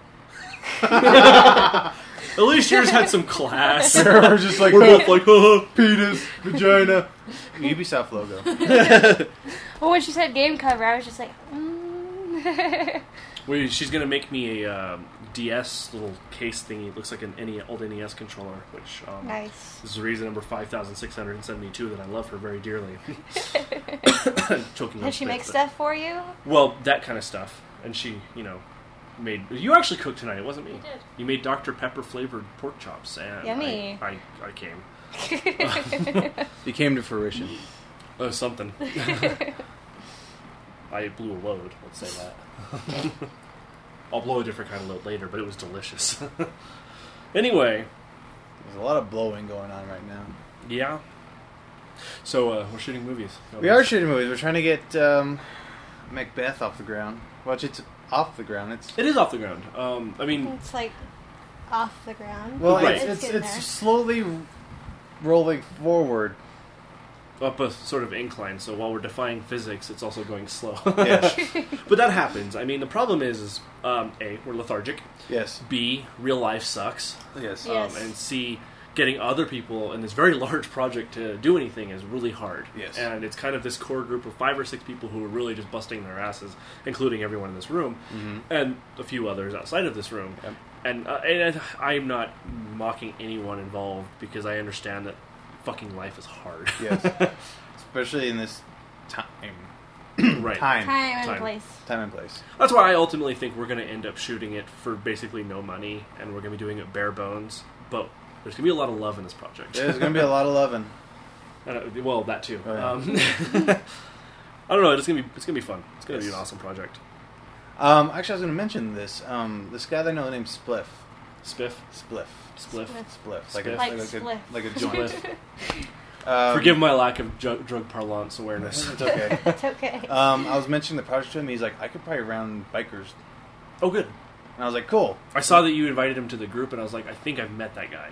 [SPEAKER 2] At least yours had some class. We're
[SPEAKER 1] We're just like
[SPEAKER 2] both like, oh.
[SPEAKER 1] penis, vagina, Ubisoft logo.
[SPEAKER 3] Well, when she said game cover, I was just like, mm.
[SPEAKER 2] Wait, she's gonna make me a um, DS little case thingy. It looks like an NE old NES controller, which um,
[SPEAKER 3] nice.
[SPEAKER 2] is the reason number five thousand six hundred and seventy-two that I love her very dearly. Choking on
[SPEAKER 3] Did she
[SPEAKER 2] spit,
[SPEAKER 3] make
[SPEAKER 2] but-
[SPEAKER 3] stuff for you?
[SPEAKER 2] Well, that kind of stuff, and she, you know, made. You actually cooked tonight. It wasn't me.
[SPEAKER 5] I did.
[SPEAKER 2] You made Dr Pepper flavored pork chops, and I-
[SPEAKER 3] Yummy.
[SPEAKER 2] I, I, came.
[SPEAKER 1] It came to fruition.
[SPEAKER 2] Oh, something. I blew a load. Let's say that. I'll blow a different kind of load later, but it was delicious. anyway,
[SPEAKER 1] There's a lot of blowing going on right now.
[SPEAKER 2] yeah. So uh, we're shooting movies.
[SPEAKER 1] We are shooting movies. We're trying to get um, Macbeth off the ground. Watch, it's off the ground. It's
[SPEAKER 2] It is off the ground. Um, I mean,
[SPEAKER 3] It's like off the ground.
[SPEAKER 1] well,
[SPEAKER 2] Right.
[SPEAKER 1] it's it's,
[SPEAKER 3] getting
[SPEAKER 1] it's
[SPEAKER 3] there.
[SPEAKER 1] slowly rolling forward.
[SPEAKER 2] up a sort of incline. So while we're defying physics, it's also going slow.
[SPEAKER 1] Yes,
[SPEAKER 2] but that happens. I mean, the problem is, is um, a we're lethargic.
[SPEAKER 1] yes,
[SPEAKER 2] B real life sucks.
[SPEAKER 1] yes.
[SPEAKER 3] Yes.
[SPEAKER 2] um, and see getting other people in this very large project to do anything is really hard.
[SPEAKER 1] Yes.
[SPEAKER 2] And it's kind of this core group of five or six people who are really just busting their asses, including everyone in this room
[SPEAKER 1] Mhm.
[SPEAKER 2] and a few others outside of this room.
[SPEAKER 1] Yep.
[SPEAKER 2] And, uh, and I'm not mocking anyone involved because I understand that fucking life is hard.
[SPEAKER 1] Yes. Especially in this time,
[SPEAKER 2] right.
[SPEAKER 1] time, time,
[SPEAKER 3] time and
[SPEAKER 2] Time.
[SPEAKER 3] place.
[SPEAKER 1] and place.
[SPEAKER 2] That's why I ultimately think we're going to end up shooting it for basically no money and we're going to be doing it bare bones, but there's going to be a lot of love in this project.
[SPEAKER 1] There's gonna be a lot of loving.
[SPEAKER 2] Uh, well, that too.
[SPEAKER 1] Oh, yeah.
[SPEAKER 2] um, I don't know. It's gonna be it's gonna be fun. It's gonna be an
[SPEAKER 1] Yes.
[SPEAKER 2] awesome project.
[SPEAKER 1] Um, actually, I was gonna mention this. Um, this guy that I know named Spliff.
[SPEAKER 2] Spiff,
[SPEAKER 1] Spliff.
[SPEAKER 2] spliff.
[SPEAKER 1] Spliff. Like
[SPEAKER 2] Spliff.
[SPEAKER 1] a
[SPEAKER 3] Like
[SPEAKER 1] like,
[SPEAKER 3] spliff.
[SPEAKER 1] a like a joint.
[SPEAKER 2] Spliff.
[SPEAKER 1] Um,
[SPEAKER 2] Forgive my lack of drug, drug parlance awareness.
[SPEAKER 1] It's okay.
[SPEAKER 3] It's okay.
[SPEAKER 1] Um, I was mentioning the project to him. He's like, I could probably round bikers,
[SPEAKER 2] oh, good.
[SPEAKER 1] and I was like, cool.
[SPEAKER 2] I saw that you invited him to the group, and I was like, I think I've met that guy.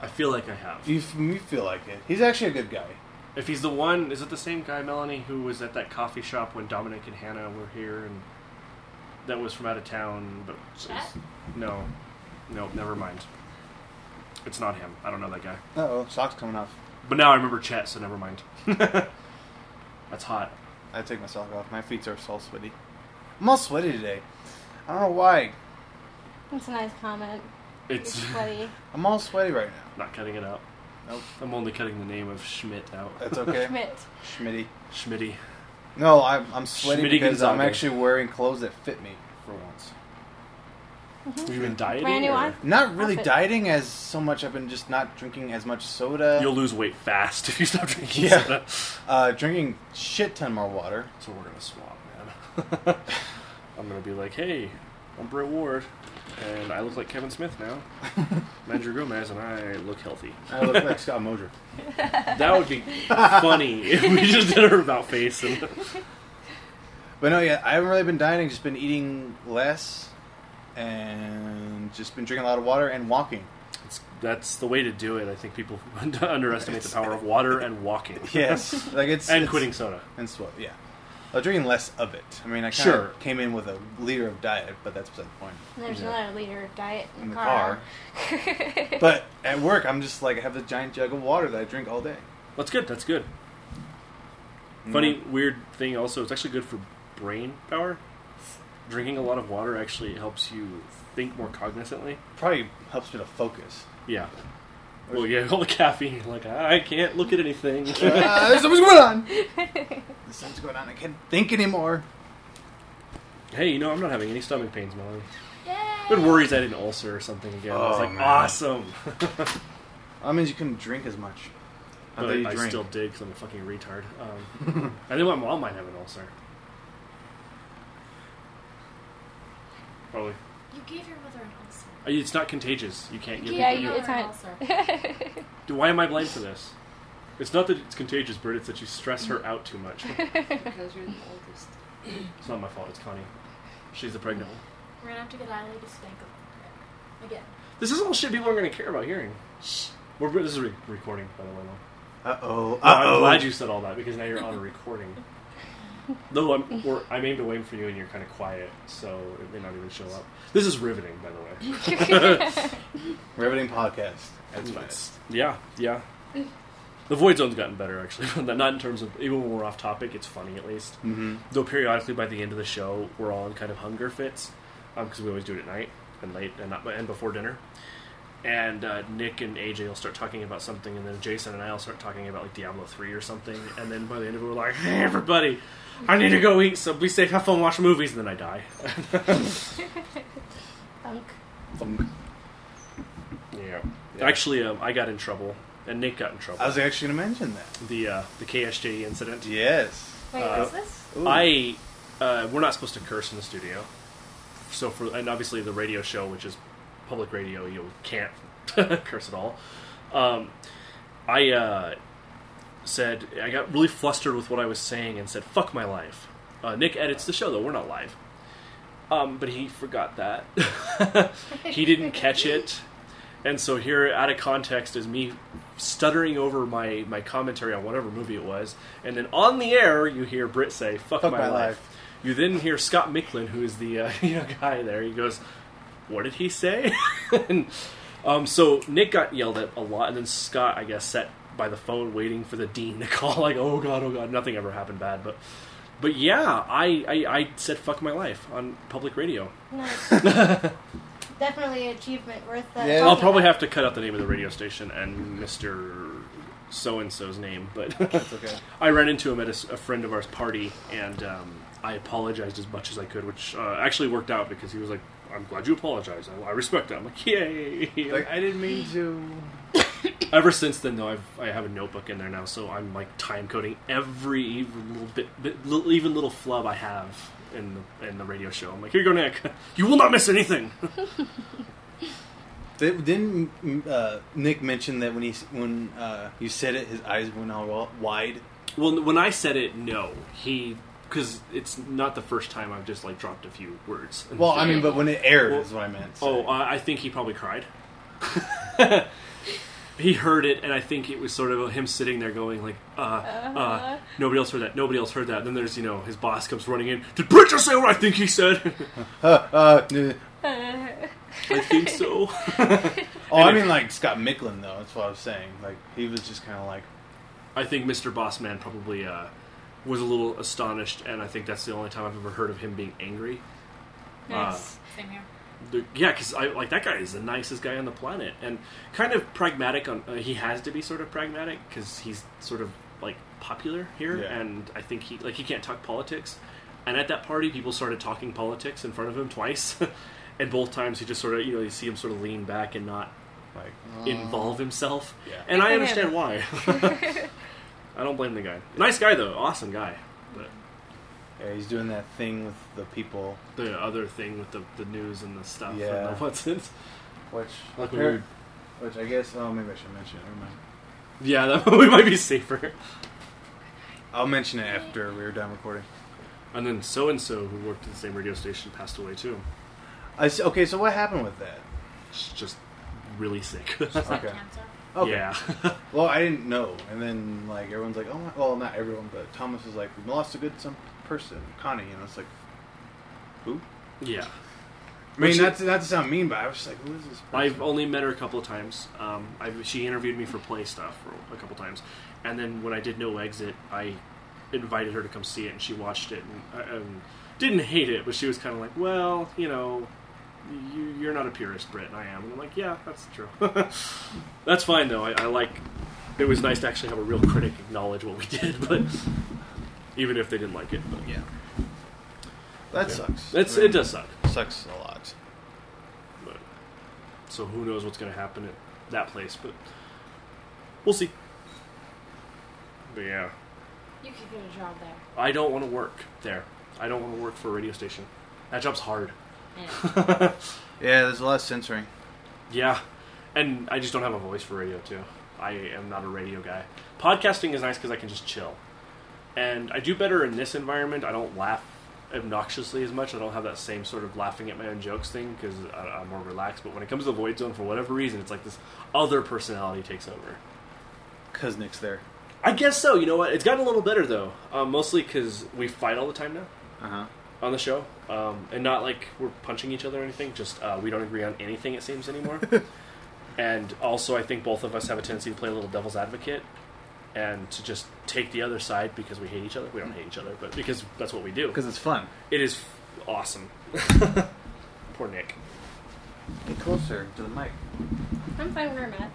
[SPEAKER 2] I feel like I have.
[SPEAKER 1] You, f- you feel like it. He's actually a good guy.
[SPEAKER 2] If he's the one, is it the same guy, Melanie, who was at that coffee shop when Dominic and Hannah were here, and that was from out of town? But
[SPEAKER 5] Chet?
[SPEAKER 2] no, no, never mind. It's not him. I don't know that guy.
[SPEAKER 1] Uh oh, socks coming off.
[SPEAKER 2] But now I remember Chet, so never mind. That's hot.
[SPEAKER 1] I take my sock off. My feet are so sweaty. I'm all sweaty today. I don't know why.
[SPEAKER 3] That's a nice comment. It's
[SPEAKER 2] It's
[SPEAKER 3] sweaty.
[SPEAKER 1] I'm all sweaty right now.
[SPEAKER 2] not cutting it out.
[SPEAKER 1] Nope. Uh,
[SPEAKER 2] I'm only cutting the name of Schmidt out.
[SPEAKER 1] That's okay.
[SPEAKER 3] Schmidt.
[SPEAKER 1] Schmitty.
[SPEAKER 2] Schmitty
[SPEAKER 3] Mm-hmm.
[SPEAKER 1] No, I'm, I'm sweaty
[SPEAKER 2] Schmitty
[SPEAKER 1] because I'm
[SPEAKER 2] Gonzaga.
[SPEAKER 1] actually wearing clothes that fit me for once.
[SPEAKER 2] Have you been dieting?
[SPEAKER 3] Brand new
[SPEAKER 2] or-
[SPEAKER 3] one?
[SPEAKER 1] Not really
[SPEAKER 3] Outfit.
[SPEAKER 1] dieting as so much. I've been just not drinking as much soda.
[SPEAKER 2] You'll lose weight fast if you stop drinking
[SPEAKER 1] Yeah.
[SPEAKER 2] soda.
[SPEAKER 1] uh, drinking shit ton more water.
[SPEAKER 2] So we're gonna swap, man. I'm gonna be like, hey, I'm Britt Ward, and I look like Kevin Smith now. Manager Gomez and I look healthy.
[SPEAKER 1] I look like Scott Moser.
[SPEAKER 2] That would be funny if we just did her about face and
[SPEAKER 1] But no, yeah, I haven't really been dieting. Just been eating less, and just been drinking a lot of water and walking.
[SPEAKER 2] it's, that's the way to do it. I think people underestimate the power of water and walking.
[SPEAKER 1] Yes, like it's
[SPEAKER 2] And
[SPEAKER 1] it's-
[SPEAKER 2] quitting soda.
[SPEAKER 1] and sweat. Yeah, i drinking less of it. I mean, I kind
[SPEAKER 2] Sure.
[SPEAKER 1] of came in with a liter of diet, but that's beside the point.
[SPEAKER 3] And there's
[SPEAKER 2] Yeah.
[SPEAKER 3] another liter of diet in,
[SPEAKER 1] In the
[SPEAKER 3] the car. but
[SPEAKER 1] But at work, I'm just like I have this giant jug of water that I drink all day.
[SPEAKER 2] That's good. That's good.
[SPEAKER 1] Mm-hmm.
[SPEAKER 2] Funny, weird thing also, it's actually good for brain power. Drinking a lot of water actually helps you think more cognizantly.
[SPEAKER 1] probably helps me to focus.
[SPEAKER 2] Yeah. Well, yeah, all the caffeine. you're Like, I can't look at anything.
[SPEAKER 1] Ah, there's something's going on. There's something's going on. I can't think anymore.
[SPEAKER 2] hey, you know, I'm not having any stomach pains, Molly.
[SPEAKER 5] Yay!
[SPEAKER 2] It worries I had an ulcer or something again. I was
[SPEAKER 1] Oh,
[SPEAKER 2] like,
[SPEAKER 1] man.
[SPEAKER 2] awesome.
[SPEAKER 1] That means you couldn't drink as much. Not
[SPEAKER 2] But
[SPEAKER 1] that you
[SPEAKER 2] I
[SPEAKER 1] drink.
[SPEAKER 2] still did because I'm a fucking retard. Um, I think my mom might have an ulcer. Probably.
[SPEAKER 5] You gave your mother an ulcer.
[SPEAKER 2] Uh, It's not contagious. You can't get
[SPEAKER 5] You
[SPEAKER 2] it.
[SPEAKER 3] yeah,
[SPEAKER 5] think
[SPEAKER 3] you,
[SPEAKER 5] you're
[SPEAKER 3] it's
[SPEAKER 5] an
[SPEAKER 3] not.
[SPEAKER 2] Dude, Why am I blamed for this? It's not that it's contagious, Britt. It's that you stress her out too much.
[SPEAKER 4] Because you're the oldest.
[SPEAKER 2] it's not my fault. It's Connie. She's the pregnant one.
[SPEAKER 5] We're gonna have to get Eileen to spank him again.
[SPEAKER 2] This is all shit people are going to care about hearing.
[SPEAKER 5] Shh.
[SPEAKER 2] We're, this is re- recording, by the way. Mom.
[SPEAKER 1] Uh oh.
[SPEAKER 2] No,
[SPEAKER 1] Uh
[SPEAKER 2] I'm glad
[SPEAKER 1] oh.
[SPEAKER 2] you said all that because now you're on a recording. Though I'm, we're, I'm aimed away from you and you're kind of quiet, so it may not even show up. This is riveting, by the way.
[SPEAKER 1] Riveting podcast. That's fine.
[SPEAKER 2] Yeah, yeah. The Void Zone's gotten better, actually. Not in terms of, even when we're off topic, it's funny at least.
[SPEAKER 1] Mm-hmm.
[SPEAKER 2] Though periodically by the end of the show, we're all in kind of hunger fits because we always do it at night and late and not and before dinner. And uh, Nick and AJ will start talking about something, and then Jason and I will start talking about like Diablo three or something. And then by the end of it, we're like, "Hey, everybody, I need to go eat. So be safe, have fun, watch movies." And then I die.
[SPEAKER 3] Funk.
[SPEAKER 2] yeah. Actually, um, I got in trouble, and Nick got in trouble.
[SPEAKER 1] I was actually going to mention that.
[SPEAKER 2] the uh, the KSJ incident.
[SPEAKER 1] Yes.
[SPEAKER 5] Wait,
[SPEAKER 2] Uh,
[SPEAKER 5] what's this?
[SPEAKER 1] Ooh.
[SPEAKER 2] I uh, we're not supposed to curse in the studio. So for and obviously the radio show, which is public radio, you can't curse at all. Um, I uh, said I got really flustered with what I was saying and said "fuck my life." Uh, Nick edits the show though; we're not live. Um, but he forgot that he didn't catch it, and so here, out of context, is me stuttering over my my commentary on whatever movie it was, and then on the air you hear Britt say "fuck, my, life. You then hear Scott Micklin, who is the uh, you know guy there. He goes, "What did he say?" and, um, so Nick got yelled at a lot, and then Scott, I guess, sat by the phone waiting for the dean to call. Like, "Oh god, oh god, nothing ever happened bad." But, but yeah, I I, I said "fuck my life" on public radio.
[SPEAKER 3] Nice. Definitely an achievement worth the.
[SPEAKER 4] Oh,
[SPEAKER 1] Yeah.
[SPEAKER 2] I'll probably have to cut out the name of the radio station and Mister so and so's name, but
[SPEAKER 1] It's okay.
[SPEAKER 2] I ran into him at a, s- a friend of ours party, and um, I apologized as much as I could, which uh, actually worked out because he was like, "I'm glad you apologized. I, I respect that." I'm like, "Yay!"
[SPEAKER 1] Like, I didn't mean to.
[SPEAKER 2] Ever since then, though, I've I have a notebook in there now, so I'm like time coding every even little bit, bit little, even little flub I have in the in the radio show. I'm like, "Here you go, Nick. You will not miss anything."
[SPEAKER 1] Th- Didn't mm, uh, Nick mention that when he s- when uh, you said it, his eyes went all wa- wide?
[SPEAKER 2] Well, when I said it, no, he because it's not the first time I've just like dropped a few words.
[SPEAKER 1] Well, I mean, but when it aired
[SPEAKER 2] Well-
[SPEAKER 1] is what I meant.
[SPEAKER 2] oh, I I think he probably cried. he heard it, and I think it was sort of him sitting there going like, uh, uh,
[SPEAKER 3] Uh-huh.
[SPEAKER 2] nobody else heard that. Nobody else heard that. then there's you know his boss comes running in. Did Bridger just say what I think he said?
[SPEAKER 1] uh, uh, n-
[SPEAKER 2] I think so.
[SPEAKER 1] oh,
[SPEAKER 2] And
[SPEAKER 1] I
[SPEAKER 2] if-
[SPEAKER 1] mean like Scott Micklin though. That's what I was saying. Like he was just kind of like,
[SPEAKER 2] I think Mr. Bossman probably uh, was a little astonished, and I think that's the only time I've ever heard of him being angry.
[SPEAKER 3] Uh.
[SPEAKER 5] Nice. Same here.
[SPEAKER 2] The- yeah, because I like that guy is the nicest guy on the planet, and kind of pragmatic. On uh, he has to be sort of pragmatic because he's sort of like popular here,
[SPEAKER 1] Yeah.
[SPEAKER 2] and I think he like he can't talk politics. And at that party, people started talking politics in front of him twice, and both times he just sort of you know you see him sort of lean back and not like
[SPEAKER 1] Oh.
[SPEAKER 2] involve himself.
[SPEAKER 1] Yeah.
[SPEAKER 2] And I
[SPEAKER 3] Good for
[SPEAKER 2] understand why. I don't blame the guy. Nice guy though, awesome guy. But
[SPEAKER 1] Yeah, he's doing that thing with the people,
[SPEAKER 2] the other thing with the, the news and the stuff, yeah.
[SPEAKER 1] Yeah.
[SPEAKER 2] and the what's it?
[SPEAKER 1] which
[SPEAKER 2] Like when we-
[SPEAKER 1] which I guess oh maybe I should mention it. Never mind.
[SPEAKER 2] Yeah, that we might be safer.
[SPEAKER 1] I'll mention it after we were done recording.
[SPEAKER 2] And then so and so, who worked at the same radio station, passed away too.
[SPEAKER 1] I s okay, so what happened with that?
[SPEAKER 2] She's just really sick.
[SPEAKER 5] She's got
[SPEAKER 1] Okay.
[SPEAKER 5] cancer.
[SPEAKER 1] Okay.
[SPEAKER 2] Yeah.
[SPEAKER 1] Well, I didn't know, and then like everyone's like, oh, my, well, not everyone, but Thomas is like, we lost a good some person, Connie, and I was like, who?
[SPEAKER 2] yeah.
[SPEAKER 1] I mean,
[SPEAKER 2] Which-
[SPEAKER 1] not to, not to sound mean, but I was just like, who is this? Person?
[SPEAKER 2] I've only met her a couple of times. Um, I've, she interviewed me for play stuff for a couple times, and then when I did No Exit, I invited her to come see it, and she watched it and, uh, um didn't hate it, but she was kind of like, "Well, you know, you, you're not a purist, Brit, and I am." And I'm like, "Yeah, that's true. that's fine though. I, I like. It was nice to actually have a real critic acknowledge what we did, but even if they didn't like it, but
[SPEAKER 1] yeah. That
[SPEAKER 2] Yeah.
[SPEAKER 1] sucks.
[SPEAKER 2] it's
[SPEAKER 1] I mean,
[SPEAKER 2] it does suck.
[SPEAKER 1] sucks a lot.
[SPEAKER 2] But, so who knows what's going to happen at that place, but we'll see. But yeah,
[SPEAKER 5] You could get a job there.
[SPEAKER 2] I don't want to work there. I don't want to work for a radio station. That job's hard.
[SPEAKER 5] Yeah.
[SPEAKER 1] Yeah, there's a lot of censoring.
[SPEAKER 2] Yeah, and I just don't have a voice for radio too. I am not a radio guy. Podcasting is nice because I can just chill, and I do better in this environment. I don't laugh obnoxiously as much. I don't have that same sort of laughing at my own jokes thing because I'm more relaxed. But when it comes to the void zone, for whatever reason, it's like this other personality takes over.
[SPEAKER 1] Cause Nick's there.
[SPEAKER 2] I guess so. You know what? It's gotten a little better though, um, mostly because we fight all the time now
[SPEAKER 1] Uh huh.
[SPEAKER 2] on the show, um, and not like we're punching each other or anything. Just uh, we don't agree on anything it seems anymore. and also, I think both of us have a tendency to play a little devil's advocate and to just take the other side because we hate each other. We don't hate each other, but because that's what we do.
[SPEAKER 1] Cause it's fun.
[SPEAKER 2] It is f- awesome. Poor Nick.
[SPEAKER 1] Get closer to the mic.
[SPEAKER 3] I'm fine where I'm at.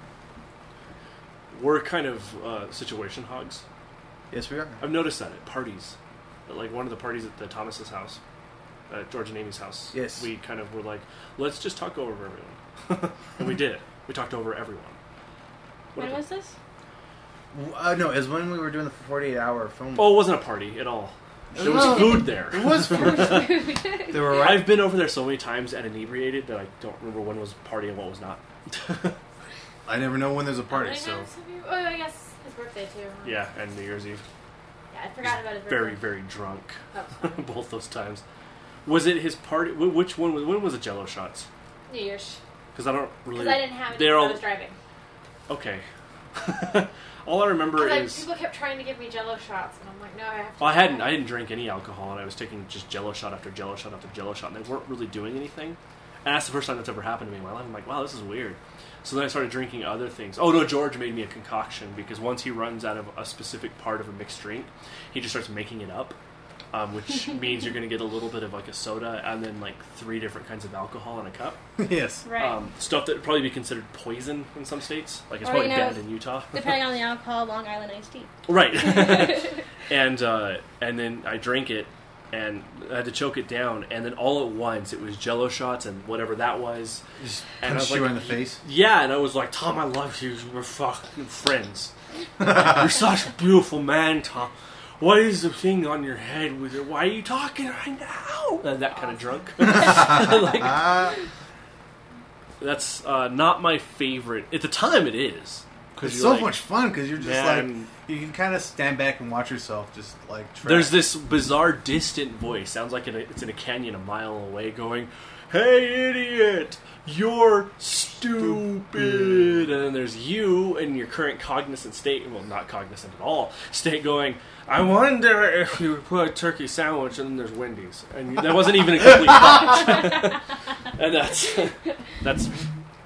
[SPEAKER 2] We're kind of uh, situation hogs.
[SPEAKER 1] Yes, we are.
[SPEAKER 2] I've noticed that at parties, at, like one of the parties at the Thomas's house, at George and Amy's house.
[SPEAKER 1] Yes.
[SPEAKER 2] we kind of were like, let's just talk over everyone, and we did. We talked over everyone. What
[SPEAKER 3] When
[SPEAKER 2] if-
[SPEAKER 3] was this?
[SPEAKER 1] Uh, no, it was when we were doing the 48 hour film.
[SPEAKER 2] oh, it wasn't a party at all. There was
[SPEAKER 1] No.
[SPEAKER 2] food there.
[SPEAKER 1] it was. they were right.
[SPEAKER 2] I've been over there so many times and inebriated that I don't remember when was a party and what was not.
[SPEAKER 1] I never know when there's a party,
[SPEAKER 5] How many
[SPEAKER 1] so
[SPEAKER 5] times have you- Oh, yes, his birthday too. huh?
[SPEAKER 2] yeah, and New Year's Eve.
[SPEAKER 5] Yeah, I forgot about his birthday.
[SPEAKER 2] Very, very drunk
[SPEAKER 5] Oh,
[SPEAKER 2] both those times. Was it his party? wh- Which one was? When was the Jello shots?
[SPEAKER 5] New Year's.
[SPEAKER 2] Because I don't really.
[SPEAKER 5] Because I didn't have it.
[SPEAKER 2] They're
[SPEAKER 5] because
[SPEAKER 2] all-
[SPEAKER 5] I was driving.
[SPEAKER 2] Okay. All I remember
[SPEAKER 5] Because
[SPEAKER 2] is
[SPEAKER 5] people kept trying to give me Jello shots, and I'm like, no, I have. To
[SPEAKER 2] well, I hadn't. I didn't drink any alcohol, and I was taking just Jello shot after Jello shot after Jello shot, and they weren't really doing anything. And that's the first time that's ever happened to me in my life. I'm like, wow, this is weird. So then I started drinking other things. Oh no, George made me a concoction because once he runs out of a specific part of a mixed drink, he just starts making it up, um, which means you're going to get a little bit of like a soda and then like three different kinds of alcohol in a cup.
[SPEAKER 1] yes.
[SPEAKER 3] Right.
[SPEAKER 2] Um, stuff that would probably be considered poison in some states, like it's
[SPEAKER 3] Or,
[SPEAKER 2] probably
[SPEAKER 3] you know,
[SPEAKER 2] banned in Utah.
[SPEAKER 3] Depending on the alcohol, Long Island iced tea.
[SPEAKER 2] Right. and uh, and then I drank it and I had to choke it down and then all at once it was jello shots and whatever that was.
[SPEAKER 1] Just
[SPEAKER 2] And I
[SPEAKER 1] punched
[SPEAKER 2] was
[SPEAKER 1] you
[SPEAKER 2] like,
[SPEAKER 1] in the face.
[SPEAKER 2] Yeah, and I was like, Tom, I love you. We're fucking friends. You're such a beautiful man, Tom. What is the thing on your head with your why are you talking right now? And that kind of drunk. Like,
[SPEAKER 1] Ah,
[SPEAKER 2] that's uh, not my favorite. At the time it is. 'Cause
[SPEAKER 1] it's
[SPEAKER 2] you're
[SPEAKER 1] so
[SPEAKER 2] like,
[SPEAKER 1] much fun because you're just
[SPEAKER 2] Man.
[SPEAKER 1] like you can kind of stand back and watch yourself just like. Track.
[SPEAKER 2] There's this bizarre distant voice. Sounds like it- it's in a canyon a mile away going, Hey, idiot! You're stupid! And then there's you in your current cognizant state, well, not cognizant at all, state going, I wonder if you would put a turkey sandwich, and then there's Wendy's. And that wasn't even a complete thought. and that's, that's,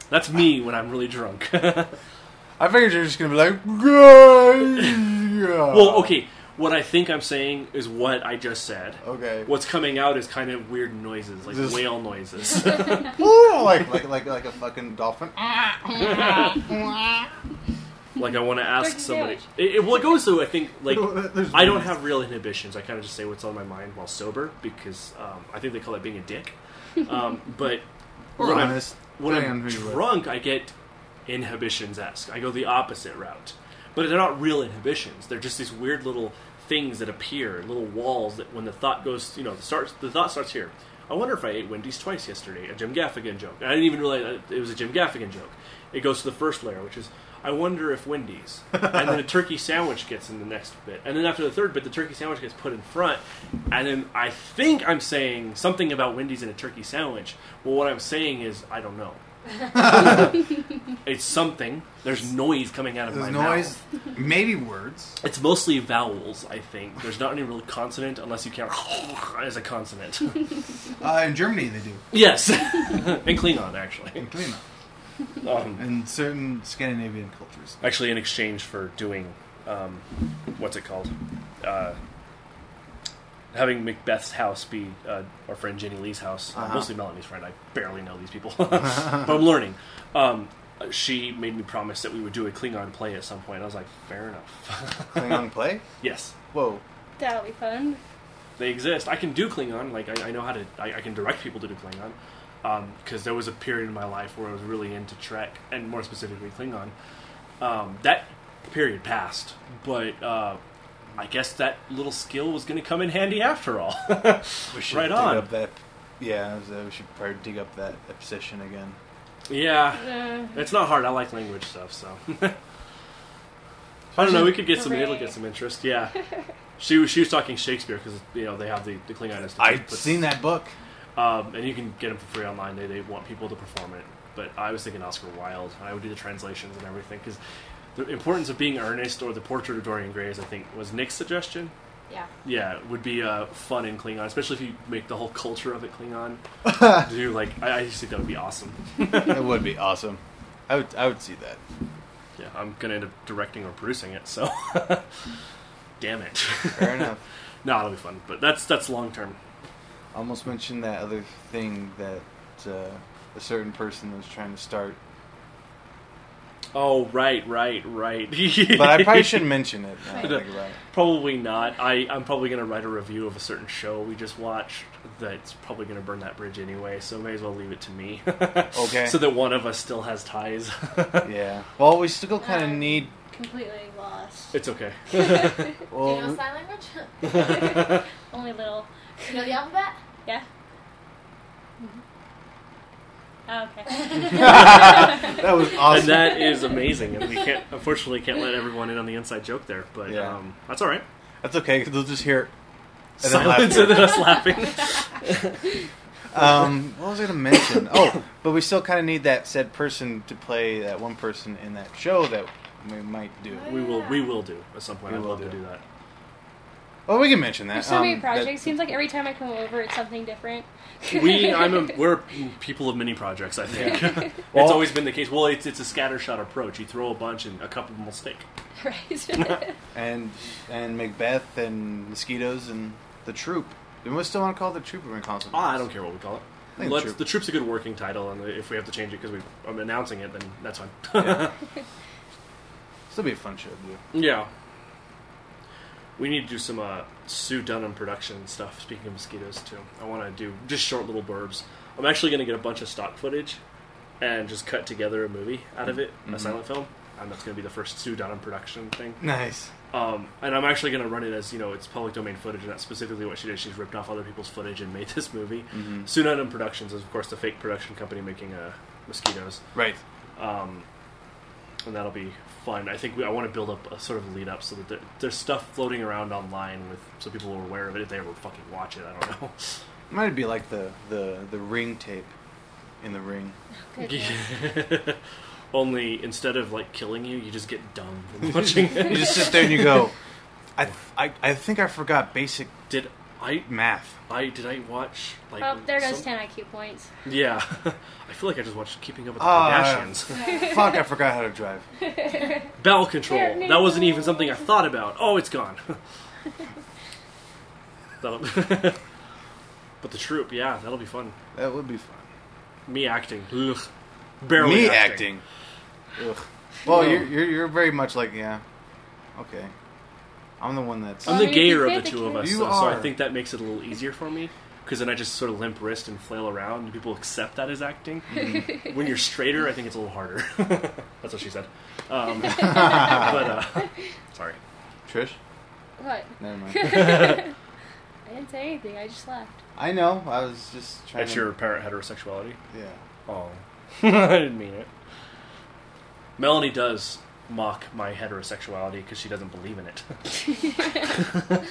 [SPEAKER 2] that's me when I'm really drunk.
[SPEAKER 1] I figured you're just gonna be like, guys.
[SPEAKER 2] Well, okay. what I think I'm saying is what I just said.
[SPEAKER 1] Okay.
[SPEAKER 2] What's coming out is kind of weird noises, like
[SPEAKER 1] This-
[SPEAKER 2] whale noises.
[SPEAKER 1] Woo, Oh, like, like like like a fucking dolphin.
[SPEAKER 2] like I want to ask
[SPEAKER 4] Breaking
[SPEAKER 2] somebody.
[SPEAKER 4] down.
[SPEAKER 2] It, it, well, it goes to I think like
[SPEAKER 1] There's
[SPEAKER 2] I don't
[SPEAKER 1] ways.
[SPEAKER 2] have real inhibitions. I kind of just say what's on my mind while sober because um, I think they call that being a dick. Um, but
[SPEAKER 1] Or
[SPEAKER 2] when I'm-
[SPEAKER 1] honest.
[SPEAKER 2] when
[SPEAKER 1] Depending
[SPEAKER 2] I'm
[SPEAKER 1] on who you are.
[SPEAKER 2] drunk, I get inhibitions esque. I go the opposite route. But they're not real inhibitions. They're just these weird little things that appear, little walls that when the thought goes, you know, the, starts, the thought starts here. I wonder if I ate Wendy's twice yesterday, a Jim Gaffigan joke. And I didn't even realize it was a Jim Gaffigan joke. It goes to the first layer, which is, I wonder if Wendy's. and then a turkey sandwich gets in the next bit. And then after the third bit, the turkey sandwich gets put in front. And then I think I'm saying something about Wendy's and a turkey sandwich. Well, what I'm saying is, I don't know. It's something. There's noise coming out of
[SPEAKER 1] There's
[SPEAKER 2] my
[SPEAKER 1] noise,
[SPEAKER 2] mouth.
[SPEAKER 1] maybe words.
[SPEAKER 2] It's mostly vowels, I think. There's not any real consonant unless you count as a consonant.
[SPEAKER 1] Uh, in Germany, they do.
[SPEAKER 2] yes, and Klingon actually.
[SPEAKER 1] In Klima.
[SPEAKER 2] Um,
[SPEAKER 1] In certain Scandinavian cultures.
[SPEAKER 2] actually, in exchange for doing, um, what's it called? Uh, having Macbeth's house be uh, our friend Jenny Lee's house,
[SPEAKER 1] Uh-huh.
[SPEAKER 2] mostly Melanie's friend. I barely know these people, but I'm learning. Um, she made me promise that we would do a Klingon play at some point. I was like, fair enough.
[SPEAKER 1] Klingon play?
[SPEAKER 2] yes.
[SPEAKER 1] Whoa.
[SPEAKER 4] That'll be fun.
[SPEAKER 2] they exist. I can do Klingon. Like I, I know how to. I, I can direct people to do Klingon. Because there was a period in my life where I was really into Trek and more specifically Klingon. Um, that period passed, but uh, I guess that little skill was going to come in handy after all.
[SPEAKER 1] We should
[SPEAKER 2] Right
[SPEAKER 1] dig
[SPEAKER 2] on.
[SPEAKER 1] up that. Yeah, so we should probably dig up that obsession again.
[SPEAKER 2] yeah,
[SPEAKER 4] Uh,
[SPEAKER 2] it's not hard. I like language stuff, so I don't know. We could get some. It'll
[SPEAKER 4] Hooray.
[SPEAKER 2] get some interest. Yeah. She, was- she was talking Shakespeare because you know they have the, the Klingon Institute.
[SPEAKER 1] I've
[SPEAKER 2] puts-
[SPEAKER 1] seen that book.
[SPEAKER 2] Um, and you can get them for free online. They, they want people to perform it. But I was thinking Oscar Wilde, and I would do the translations and everything because the importance of being earnest or the portrait of Dorian Gray is, I think, was Nick's suggestion.
[SPEAKER 5] Yeah.
[SPEAKER 2] Yeah, it would be uh, fun in Klingon, especially if you make the whole culture of it Klingon. do like, I, I just think that would be awesome.
[SPEAKER 1] That would be awesome. I would, I would see that.
[SPEAKER 2] Yeah, I'm gonna end up directing or producing it, so damn it.
[SPEAKER 1] Fair enough.
[SPEAKER 2] no, it'll be fun, but that's that's long term.
[SPEAKER 1] Almost mentioned that other thing that uh, a certain person was trying to start,
[SPEAKER 2] Oh right, right, right.
[SPEAKER 1] but I probably shouldn't mention it. Now that I
[SPEAKER 2] Right.
[SPEAKER 1] think about it.
[SPEAKER 2] Probably not. I, I'm probably going to write a review of a certain show we just watched that's probably going to burn that bridge anyway, so may as well leave it to me.
[SPEAKER 1] Okay.
[SPEAKER 2] so that one of us still has ties.
[SPEAKER 1] Yeah. Well, we still kind of
[SPEAKER 4] Um,
[SPEAKER 1] need.
[SPEAKER 4] completely lost.
[SPEAKER 2] it's okay.
[SPEAKER 1] Well,
[SPEAKER 5] Do you know
[SPEAKER 2] Um,
[SPEAKER 1] we-
[SPEAKER 5] sign language?
[SPEAKER 4] Only little.
[SPEAKER 5] you know the alphabet?
[SPEAKER 4] Yeah.
[SPEAKER 3] Mm-hmm.
[SPEAKER 4] Oh, okay.
[SPEAKER 1] that was awesome.
[SPEAKER 2] And that is amazing, and we can't, unfortunately, can't let everyone in on the inside joke there, but
[SPEAKER 1] Yeah.
[SPEAKER 2] um, that's all right.
[SPEAKER 1] That's okay because they'll just hear. And then
[SPEAKER 2] Silence
[SPEAKER 1] laughter.
[SPEAKER 2] and then us laughing.
[SPEAKER 1] Um, what was I going to mention? Oh, but we still kind of need that said person to play that one person in that show that we might do.
[SPEAKER 2] we will we will do at some point.
[SPEAKER 1] We
[SPEAKER 2] I'd
[SPEAKER 1] will
[SPEAKER 2] love to
[SPEAKER 1] do.
[SPEAKER 2] do that.
[SPEAKER 1] Well, we can mention that.
[SPEAKER 4] There's so
[SPEAKER 1] Um,
[SPEAKER 4] many
[SPEAKER 1] that-
[SPEAKER 4] projects. Seems like every time I come over, it's something different.
[SPEAKER 2] We I'm a, we're people of many projects. I think
[SPEAKER 1] Well-
[SPEAKER 2] it's always been the case. Well, it's it's a scattershot approach. You throw a bunch, and a couple of them will stick.
[SPEAKER 4] right.
[SPEAKER 1] and and Macbeth and mosquitoes and the troop. Do we still want to call it the troop or we call it
[SPEAKER 2] Ah, I don't care what we call it.
[SPEAKER 1] I think
[SPEAKER 2] Let's-
[SPEAKER 1] troop.
[SPEAKER 2] The troop's a good working title, and if we have to change it because I'm announcing it, then that's fine.
[SPEAKER 1] Yeah. Still be a fun show to do.
[SPEAKER 2] yeah. We need to do some uh, Sue Dunham production stuff. Speaking of mosquitoes, too, I want to do just short little burbs. I'm actually going to get a bunch of stock footage and just cut together a movie out of it,
[SPEAKER 1] Mhm.
[SPEAKER 2] a silent film, and that's going to be the first Sue Dunham production thing.
[SPEAKER 1] Nice.
[SPEAKER 2] Um, and I'm actually going to run it as you know, it's public domain footage, and that's specifically what she did. She's ripped off other people's footage and made this movie.
[SPEAKER 1] hmm
[SPEAKER 2] Sunanim Productions is, of course, the fake production company making uh, mosquitoes,
[SPEAKER 1] Right.
[SPEAKER 2] um, and that'll be fun. I think we, I want to build up a sort of lead up so that there, there's stuff floating around online with so people are aware of it if they ever fucking watch it. I don't know.
[SPEAKER 1] Might be like the the the ring tape in the ring.
[SPEAKER 2] Only instead of like killing you, you just get dumb from watching
[SPEAKER 1] You
[SPEAKER 2] it.
[SPEAKER 1] just sit there and you go, I I, I think I forgot basic
[SPEAKER 2] Did I?
[SPEAKER 1] math.
[SPEAKER 2] I did I watch like?
[SPEAKER 4] Oh, there goes
[SPEAKER 2] some-
[SPEAKER 4] ten IQ points.
[SPEAKER 2] Yeah, I feel like I just watched Keeping Up with the
[SPEAKER 1] Ah.
[SPEAKER 2] Kardashians.
[SPEAKER 1] Fuck, I forgot how to drive.
[SPEAKER 2] Bowel control.
[SPEAKER 4] There,
[SPEAKER 2] That wasn't even something I thought about. Oh, it's gone. That'll but the troop, yeah, that'll be fun.
[SPEAKER 1] That would be fun.
[SPEAKER 2] Me acting. Ugh. Barely
[SPEAKER 1] Me
[SPEAKER 2] acting.
[SPEAKER 1] acting. Well,
[SPEAKER 2] No.
[SPEAKER 1] you're, you're you're very much like yeah. Okay, I'm the one that's.
[SPEAKER 4] Well,
[SPEAKER 2] I'm
[SPEAKER 4] I
[SPEAKER 2] the
[SPEAKER 4] mean, if you
[SPEAKER 2] gayer
[SPEAKER 4] fit
[SPEAKER 2] of the
[SPEAKER 4] the
[SPEAKER 2] two of us,
[SPEAKER 1] You
[SPEAKER 2] though, so I
[SPEAKER 1] are.
[SPEAKER 2] think that makes it a little easier for me. Because then I just sort of limp wrist and flail around, and people accept that as acting. when you're straighter, I think it's a little harder. That's what she said. Um, but uh, sorry.
[SPEAKER 1] Trish,
[SPEAKER 4] What?
[SPEAKER 1] never mind.
[SPEAKER 4] I didn't say anything. I just laughed.
[SPEAKER 1] I know. I was just trying.
[SPEAKER 2] That's
[SPEAKER 1] to,
[SPEAKER 2] your parent heterosexuality.
[SPEAKER 1] Yeah.
[SPEAKER 2] Oh, I didn't mean it. Melanie does mock my heterosexuality because she doesn't believe in it.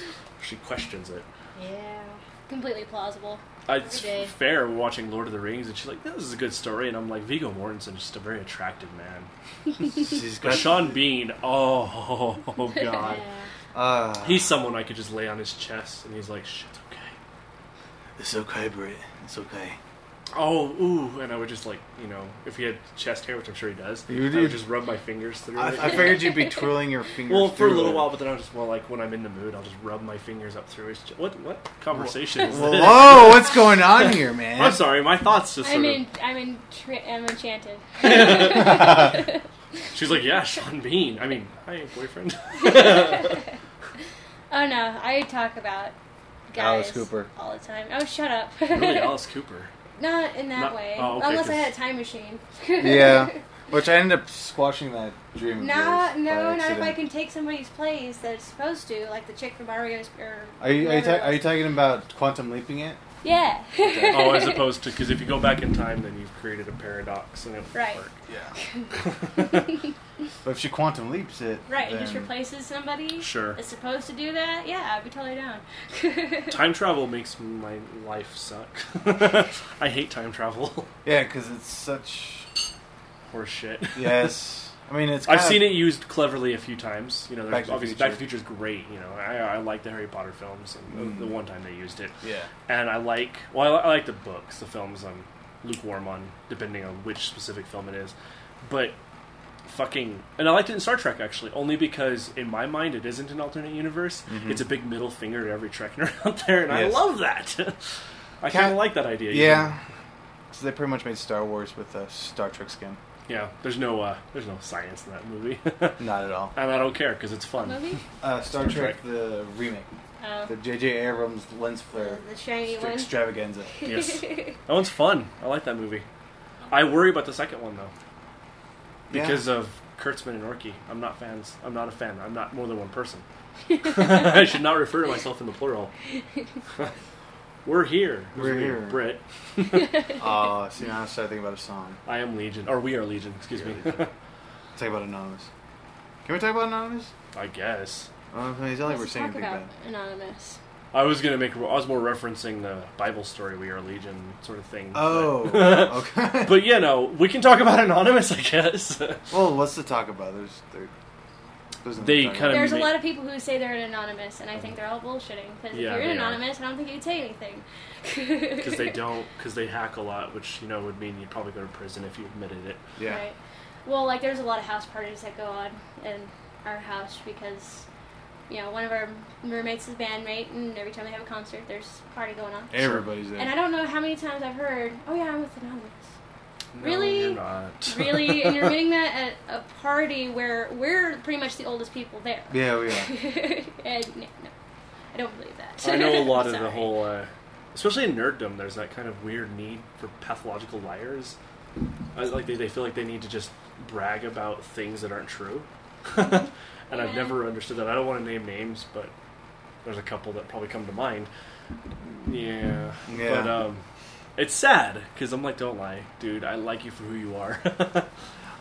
[SPEAKER 2] she questions it.
[SPEAKER 5] Yeah.
[SPEAKER 4] Completely plausible.
[SPEAKER 2] I, it's
[SPEAKER 5] Every day.
[SPEAKER 2] fair. We're watching Lord of the Rings, and she's like, "This is a good story," and I'm like, "Viggo Mortensen is just a very attractive man."
[SPEAKER 1] She's
[SPEAKER 2] But
[SPEAKER 1] got.
[SPEAKER 2] Sean Bean, oh, oh god,
[SPEAKER 5] Yeah.
[SPEAKER 1] Uh,
[SPEAKER 2] he's someone I could just lay on his chest, and he's like, "Shit's okay."
[SPEAKER 1] It's okay, Britt. It's okay.
[SPEAKER 2] Oh, ooh, and I would just like, you know, if he had chest hair, which I'm sure he does,
[SPEAKER 1] You
[SPEAKER 2] I
[SPEAKER 1] do.
[SPEAKER 2] would just rub my fingers through
[SPEAKER 1] I,
[SPEAKER 2] it.
[SPEAKER 1] I figured you'd be twirling your fingers.
[SPEAKER 2] Well, for a
[SPEAKER 1] through
[SPEAKER 2] little
[SPEAKER 1] it.
[SPEAKER 2] while, but then I'll just well, like when I'm in the mood, I'll just rub my fingers up through his. Ch- what what conversation is this?
[SPEAKER 1] Whoa, what's going on here, man?
[SPEAKER 2] I'm sorry, my thoughts just. Sort
[SPEAKER 4] I'm
[SPEAKER 2] of-
[SPEAKER 4] in. I'm in. Tra- I'm enchanted.
[SPEAKER 2] She's like, yeah, Sean Bean. I mean, hi, boyfriend.
[SPEAKER 4] Oh no, I talk about guys
[SPEAKER 1] Alice Cooper.
[SPEAKER 4] all the time. Oh, shut up.
[SPEAKER 2] really, Alice Cooper.
[SPEAKER 4] Not in that
[SPEAKER 2] Not-
[SPEAKER 4] way.
[SPEAKER 2] oh, okay,
[SPEAKER 4] Unless I
[SPEAKER 2] 'cause-
[SPEAKER 4] had a time machine.
[SPEAKER 1] Yeah. Which I ended up squashing that dream. of
[SPEAKER 4] Not,
[SPEAKER 1] yours by
[SPEAKER 4] no, not if
[SPEAKER 1] accident.
[SPEAKER 4] I can take somebody's place that's supposed to, like the chick from Mario's. Or
[SPEAKER 1] Are you are you,
[SPEAKER 4] whatever
[SPEAKER 1] ta-
[SPEAKER 4] it
[SPEAKER 1] are you
[SPEAKER 4] was.
[SPEAKER 1] talking about quantum leaping it?
[SPEAKER 4] Yeah.
[SPEAKER 2] Oh, as opposed to because if you go back in time, then you've created a paradox, and it won't
[SPEAKER 4] Right.
[SPEAKER 2] work.
[SPEAKER 1] Yeah. but if she quantum leaps it,
[SPEAKER 4] Right, and just
[SPEAKER 1] then-
[SPEAKER 4] replaces somebody
[SPEAKER 2] Sure.
[SPEAKER 4] that's supposed to do that. Yeah, I'd be totally down.
[SPEAKER 2] Time travel makes my life suck. I hate time travel.
[SPEAKER 1] Yeah, because it's such.
[SPEAKER 2] Horse shit.
[SPEAKER 1] Yes. I mean, it's.
[SPEAKER 2] I've
[SPEAKER 1] kind
[SPEAKER 2] seen
[SPEAKER 1] of-
[SPEAKER 2] it used cleverly a few times. You know,
[SPEAKER 1] Back to
[SPEAKER 2] there's
[SPEAKER 1] the
[SPEAKER 2] obviously
[SPEAKER 1] Future.
[SPEAKER 2] Back to the Future is great. You know, I, I like the Harry Potter films, and the, the
[SPEAKER 1] Mm.
[SPEAKER 2] one time they used it.
[SPEAKER 1] Yeah.
[SPEAKER 2] and I like well, I, I like the books, the films. I'm lukewarm on, depending on which specific film it is. But fucking, and I liked it in Star Trek actually, only because in my mind it isn't an alternate universe. It's a big middle finger to every Trekner out there, and
[SPEAKER 1] Mm-hmm. Yes.
[SPEAKER 2] I love that. I kind
[SPEAKER 1] Ca-
[SPEAKER 2] of like that idea. you
[SPEAKER 1] Yeah. So they pretty much made Star Wars with uh, Star Trek skin.
[SPEAKER 2] know? yeah. There's no uh, there's no science in that movie,
[SPEAKER 1] Not at all.
[SPEAKER 2] and I don't care because it's fun.
[SPEAKER 4] Movie?
[SPEAKER 1] Uh, Star,
[SPEAKER 2] Star
[SPEAKER 1] Trek,
[SPEAKER 2] Trek.
[SPEAKER 1] the remake,
[SPEAKER 4] Oh.
[SPEAKER 1] the J.J. Abrams lens
[SPEAKER 3] The
[SPEAKER 1] flare
[SPEAKER 3] the shiny
[SPEAKER 1] extra-
[SPEAKER 3] one.
[SPEAKER 1] extravaganza.
[SPEAKER 2] Yes, that one's fun. I like that movie. I worry about the second one though.
[SPEAKER 1] Yeah.
[SPEAKER 2] because of Kurtzman and Orky. I'm not fans. I'm not a fan. I'm not more than one person. I should not refer to myself in the plural. We're here. Who's
[SPEAKER 1] We're
[SPEAKER 2] we?
[SPEAKER 1] here.
[SPEAKER 2] Brit.
[SPEAKER 1] Oh, see, now I started thinking about a song.
[SPEAKER 2] I am Legion. Or we are Legion, excuse me.
[SPEAKER 1] Let's talk about Anonymous. Can we talk about Anonymous?
[SPEAKER 2] I guess.
[SPEAKER 1] Oh, it's not like we're
[SPEAKER 4] Let's
[SPEAKER 1] saying
[SPEAKER 4] talk
[SPEAKER 1] anything
[SPEAKER 4] about
[SPEAKER 1] bad.
[SPEAKER 4] anonymous.
[SPEAKER 2] I was gonna make. I was more referencing the Bible story, "We Are Legion" sort of thing.
[SPEAKER 1] Oh, okay.
[SPEAKER 2] but, but you know, we can talk about anonymous, I guess.
[SPEAKER 1] well, what's to talk about? There's, there, there's nothing
[SPEAKER 2] They
[SPEAKER 1] to talk
[SPEAKER 2] kinda-
[SPEAKER 1] about.
[SPEAKER 4] There's a
[SPEAKER 2] ma-
[SPEAKER 4] lot of people who say they're an anonymous, and I
[SPEAKER 1] Um,
[SPEAKER 4] think they're all bullshitting. Because
[SPEAKER 2] Yeah,
[SPEAKER 4] if you're an
[SPEAKER 2] they are.
[SPEAKER 4] anonymous, I don't think you'd say anything.
[SPEAKER 2] Because they don't. Because they hack a lot, which you know would mean you'd probably go to prison if you admitted it.
[SPEAKER 1] yeah.
[SPEAKER 4] Right. Well, like there's a lot of house parties that go on in our house because, you know, one of our roommates is a bandmate, and every time they have a concert, there's a party going on.
[SPEAKER 1] Everybody's there.
[SPEAKER 4] And I don't know how many times I've heard, "Oh yeah, I'm with anonymous."
[SPEAKER 2] No,
[SPEAKER 4] Really?
[SPEAKER 2] you're not.
[SPEAKER 4] Really, and you're getting that at a party where we're pretty much the oldest people there.
[SPEAKER 1] yeah, we are.
[SPEAKER 4] and no, no, I don't believe that.
[SPEAKER 2] I know a lot of the
[SPEAKER 4] Sorry.
[SPEAKER 2] whole, uh, especially in nerddom. There's that kind of weird need for pathological liars. I, like they, they feel like they need to just brag about things that aren't true. and I've
[SPEAKER 4] Yeah.
[SPEAKER 2] never understood that. I don't want to name names, but there's a couple that probably come to mind. Yeah,
[SPEAKER 1] Yeah.
[SPEAKER 2] But um, it's sad because I'm like, don't lie, dude. I like you for who you are.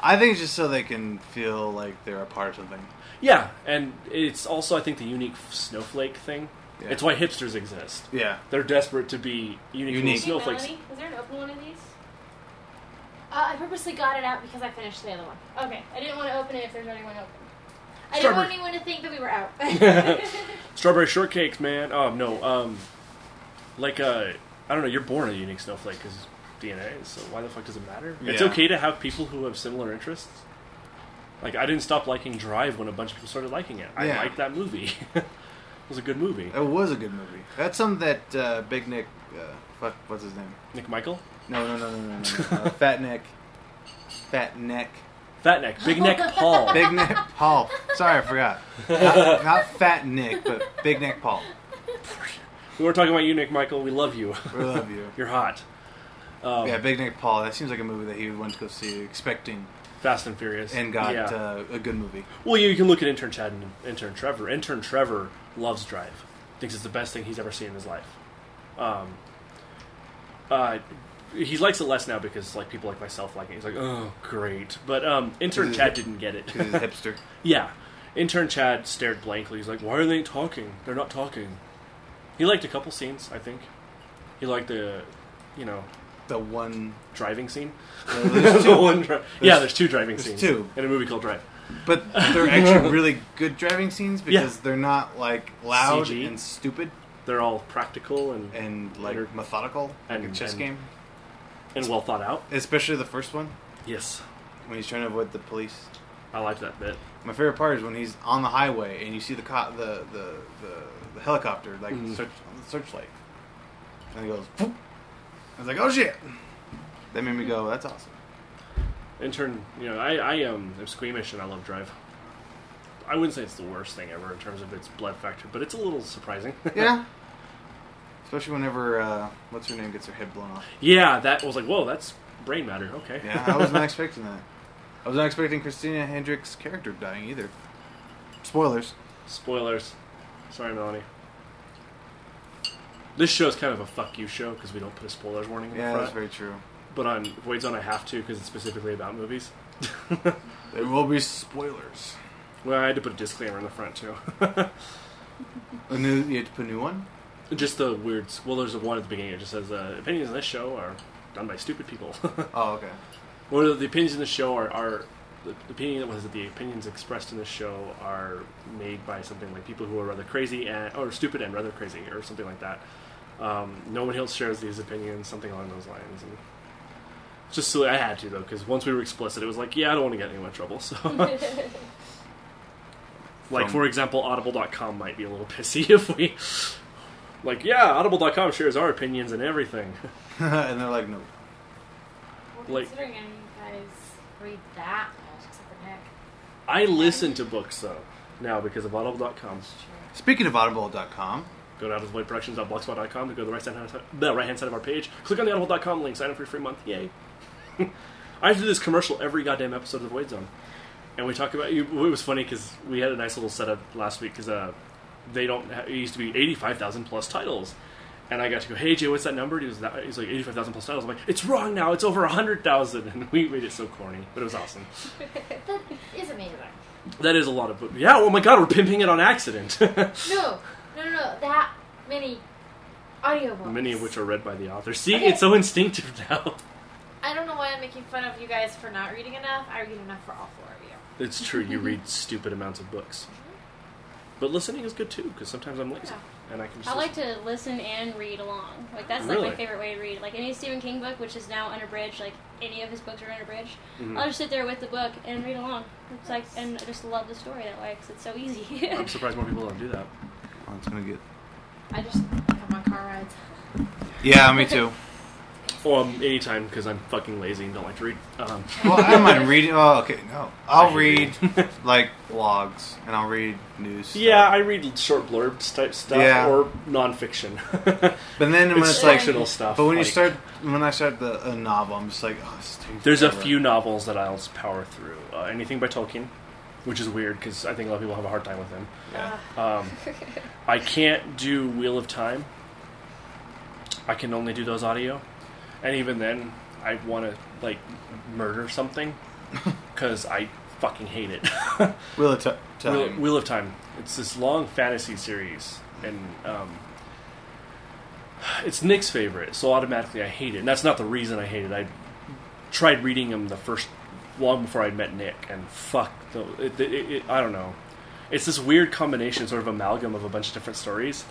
[SPEAKER 1] I think it's just so they can feel like they're a part of something.
[SPEAKER 2] yeah, and it's also I think the unique f- snowflake thing.
[SPEAKER 1] Yeah.
[SPEAKER 2] It's why hipsters exist.
[SPEAKER 1] Yeah.
[SPEAKER 2] They're desperate to be unique, little
[SPEAKER 1] Unique.
[SPEAKER 5] Hey,
[SPEAKER 2] snowflakes.
[SPEAKER 5] Melanie, is there an open one of these? Uh, I purposely got it out because I finished the other one.
[SPEAKER 4] Okay, I didn't want to open it if there's already one open.
[SPEAKER 5] I didn't want
[SPEAKER 2] Strawberry.
[SPEAKER 5] anyone to think that we were out.
[SPEAKER 2] Strawberry shortcakes, man. Oh no, um, like uh, I don't know. You're born a unique snowflake because DNA. So why the fuck does it matter? It's
[SPEAKER 1] Yeah.
[SPEAKER 2] okay to have people who have similar interests. Like I didn't stop liking Drive when a bunch of people started liking it. I
[SPEAKER 1] Yeah. Oh.
[SPEAKER 2] like that movie. was a good movie.
[SPEAKER 1] That was a good movie. That's something that uh, Big Nick, uh, fuck, what's his name?
[SPEAKER 2] Nick Michael,
[SPEAKER 1] No, no, no, no, no, no. Uh, Fat Nick. Fat Neck.
[SPEAKER 2] Fat Neck, Big Neck Paul.
[SPEAKER 1] Big Neck Paul. Sorry, I forgot. Not, not Fat Nick, but Big Neck Paul.
[SPEAKER 2] we were talking about you, Nick Michael. We love you.
[SPEAKER 1] We love you.
[SPEAKER 2] You're hot. Um,
[SPEAKER 1] Yeah, Big Nick Paul. That seems like a movie that he would want to go see, expecting,
[SPEAKER 2] Fast and Furious,
[SPEAKER 1] and got
[SPEAKER 2] Yeah.
[SPEAKER 1] uh, a good movie.
[SPEAKER 2] Well, you, you can look at intern Chad and intern Trevor. Intern Trevor loves Drive. Thinks it's the best thing he's ever seen in his life. Um, uh, he likes it less now because like people like myself like it. He's like, oh, great. But um, intern
[SPEAKER 1] Is it-
[SPEAKER 2] Chad didn't get it.
[SPEAKER 1] Because he's a hipster.
[SPEAKER 2] yeah, intern Chad stared blankly. He's like, why are they talking? They're not talking. He liked a couple scenes, I think. He liked the, you know,
[SPEAKER 1] The one.
[SPEAKER 2] driving scene.
[SPEAKER 1] no, there's
[SPEAKER 2] The
[SPEAKER 1] two.
[SPEAKER 2] one dri- yeah, there's two driving
[SPEAKER 1] there's
[SPEAKER 2] scenes
[SPEAKER 1] two.
[SPEAKER 2] in a movie called Drive.
[SPEAKER 1] But they're actually really good driving scenes because they're not like loud
[SPEAKER 2] CG.
[SPEAKER 1] and stupid
[SPEAKER 2] They're all practical and
[SPEAKER 1] and like
[SPEAKER 2] They're-
[SPEAKER 1] methodical, like a
[SPEAKER 2] and-
[SPEAKER 1] chess
[SPEAKER 2] and-
[SPEAKER 1] game.
[SPEAKER 2] and well thought out.
[SPEAKER 1] Especially the first one
[SPEAKER 2] Yes,
[SPEAKER 1] when he's trying to avoid the police.
[SPEAKER 2] I liked that bit.
[SPEAKER 1] My favorite part is when he's on the highway and you see the co- the, the the the helicopter like
[SPEAKER 2] Mhm.
[SPEAKER 1] search on the searchlight, and he goes. Phoop. I was like, oh shit! That made me go. That's awesome.
[SPEAKER 2] Intern, you know, I I um, am squeamish and I love Drive. I wouldn't say it's the worst thing ever in terms of its blood factor, but it's a little surprising.
[SPEAKER 1] Yeah. Especially whenever uh, what's her name gets her head blown off.
[SPEAKER 2] yeah, that was like, whoa, that's brain matter. Okay.
[SPEAKER 1] Yeah, I was not expecting that. I was not expecting Christina Hendricks' character dying either. Spoilers.
[SPEAKER 2] Spoilers. Sorry, Melanie. This show is kind of a fuck you show because we don't put a spoilers warning in
[SPEAKER 1] Yeah,
[SPEAKER 2] the
[SPEAKER 1] that's
[SPEAKER 2] front.
[SPEAKER 1] very true.
[SPEAKER 2] But on Void Zone, I have to because it's specifically about movies.
[SPEAKER 1] There will be spoilers.
[SPEAKER 2] well, I had to put a disclaimer in the front too.
[SPEAKER 1] A new, you had to put a new one.
[SPEAKER 2] just the weird. Well, there's a one at the beginning. It just says uh, opinions on this show are done by stupid people.
[SPEAKER 1] Oh, okay.
[SPEAKER 2] Well, the, the opinions in the show are, are the the opinion was that the opinions expressed in the show are made by something like people who are rather crazy and or stupid and rather crazy or something like that. Um, no one else shares these opinions, something along those lines. And it's just silly. I had to though, because once we were explicit, it was like, yeah, I don't want to get anyone in trouble. So, like
[SPEAKER 1] From-
[SPEAKER 2] for example, Audible.com might be a little pissy if we, like, yeah, Audible.com shares our opinions and everything.
[SPEAKER 1] and they're like, no.
[SPEAKER 5] Well,
[SPEAKER 2] Like-
[SPEAKER 5] considering I mean, you guys read that much, except for Nick.
[SPEAKER 2] I listen to books though now because of Audible.com.
[SPEAKER 5] It's true.
[SPEAKER 1] Speaking of Audible.com,
[SPEAKER 2] Go to audiblevoidproductions.blogspot.com to go to the right side hand- the right hand side of our page. Click on the audible.com link. Sign up for your free month. Yay! I have to do this commercial every goddamn episode of the Void Zone, and we talk about. It was funny because we had a nice little setup last week because uh, they don't. ha- It used to be eighty-five thousand plus titles, and I got to go, "Hey Jay, what's that number?" And He was that, he's like eighty-five thousand plus titles. I'm like, "It's wrong now. It's over hundred thousand. And we made it so corny, but it was awesome.
[SPEAKER 5] That is amazing.
[SPEAKER 2] That is a lot of. Yeah. Oh my god, we're pimping it on accident.
[SPEAKER 5] No, no, no, no. That many audiobooks.
[SPEAKER 2] Many of which are read by the author. See,
[SPEAKER 5] Okay.
[SPEAKER 2] it's so instinctive now.
[SPEAKER 5] I don't know why I'm making fun of you guys for not reading enough. I read enough for all four of you.
[SPEAKER 2] It's true. You read stupid amounts of books, but listening is good too because sometimes I'm lazy and I can. Just
[SPEAKER 4] I like
[SPEAKER 2] listen.
[SPEAKER 4] to listen and read along. Like that's like
[SPEAKER 2] Really?
[SPEAKER 4] my favorite way to read. Like any Stephen King book, which is now unabridged, like any of his books are unabridged.
[SPEAKER 2] Mhm.
[SPEAKER 4] I'll just sit there with the book and read along. It's like, and I just love the story that way because it's so easy.
[SPEAKER 2] I'm surprised more people don't do that.
[SPEAKER 1] oh, it's gonna get.
[SPEAKER 5] I just have my car rides.
[SPEAKER 1] Yeah, me too.
[SPEAKER 2] Or um, anytime because I'm fucking lazy and don't like to read. Um,
[SPEAKER 1] well, I don't mind reading. Oh, okay, no. I'll
[SPEAKER 2] I
[SPEAKER 1] read
[SPEAKER 2] hate
[SPEAKER 1] like blogs, and I'll read news.
[SPEAKER 2] yeah, I read short blurbs type stuff
[SPEAKER 1] Yeah.
[SPEAKER 2] or nonfiction.
[SPEAKER 1] But then when
[SPEAKER 2] it's
[SPEAKER 1] it's like,
[SPEAKER 2] fictional stuff.
[SPEAKER 1] but when you
[SPEAKER 2] like-
[SPEAKER 1] start, when I start the a novel, I'm just like, oh, this takes
[SPEAKER 2] there's a
[SPEAKER 1] forever.
[SPEAKER 2] few novels that I'll just power through. Uh, anything by Tolkien, which is weird because I think a lot of people have a hard time with him.
[SPEAKER 1] Yeah.
[SPEAKER 2] Um, I can't do Wheel of Time. I can only do those audio, and even then, I want to like murder something because I fucking hate it.
[SPEAKER 1] Wheel of Ti- Time.
[SPEAKER 2] Wheel, Wheel of Time. It's this long fantasy series, and um, it's Nick's favorite, so automatically I hate it. And that's not the reason I hate it. I tried reading him the first long before I met Nick, and fuck, the, it, it, it, I don't know. It's this weird combination, sort of amalgam of a bunch of different stories.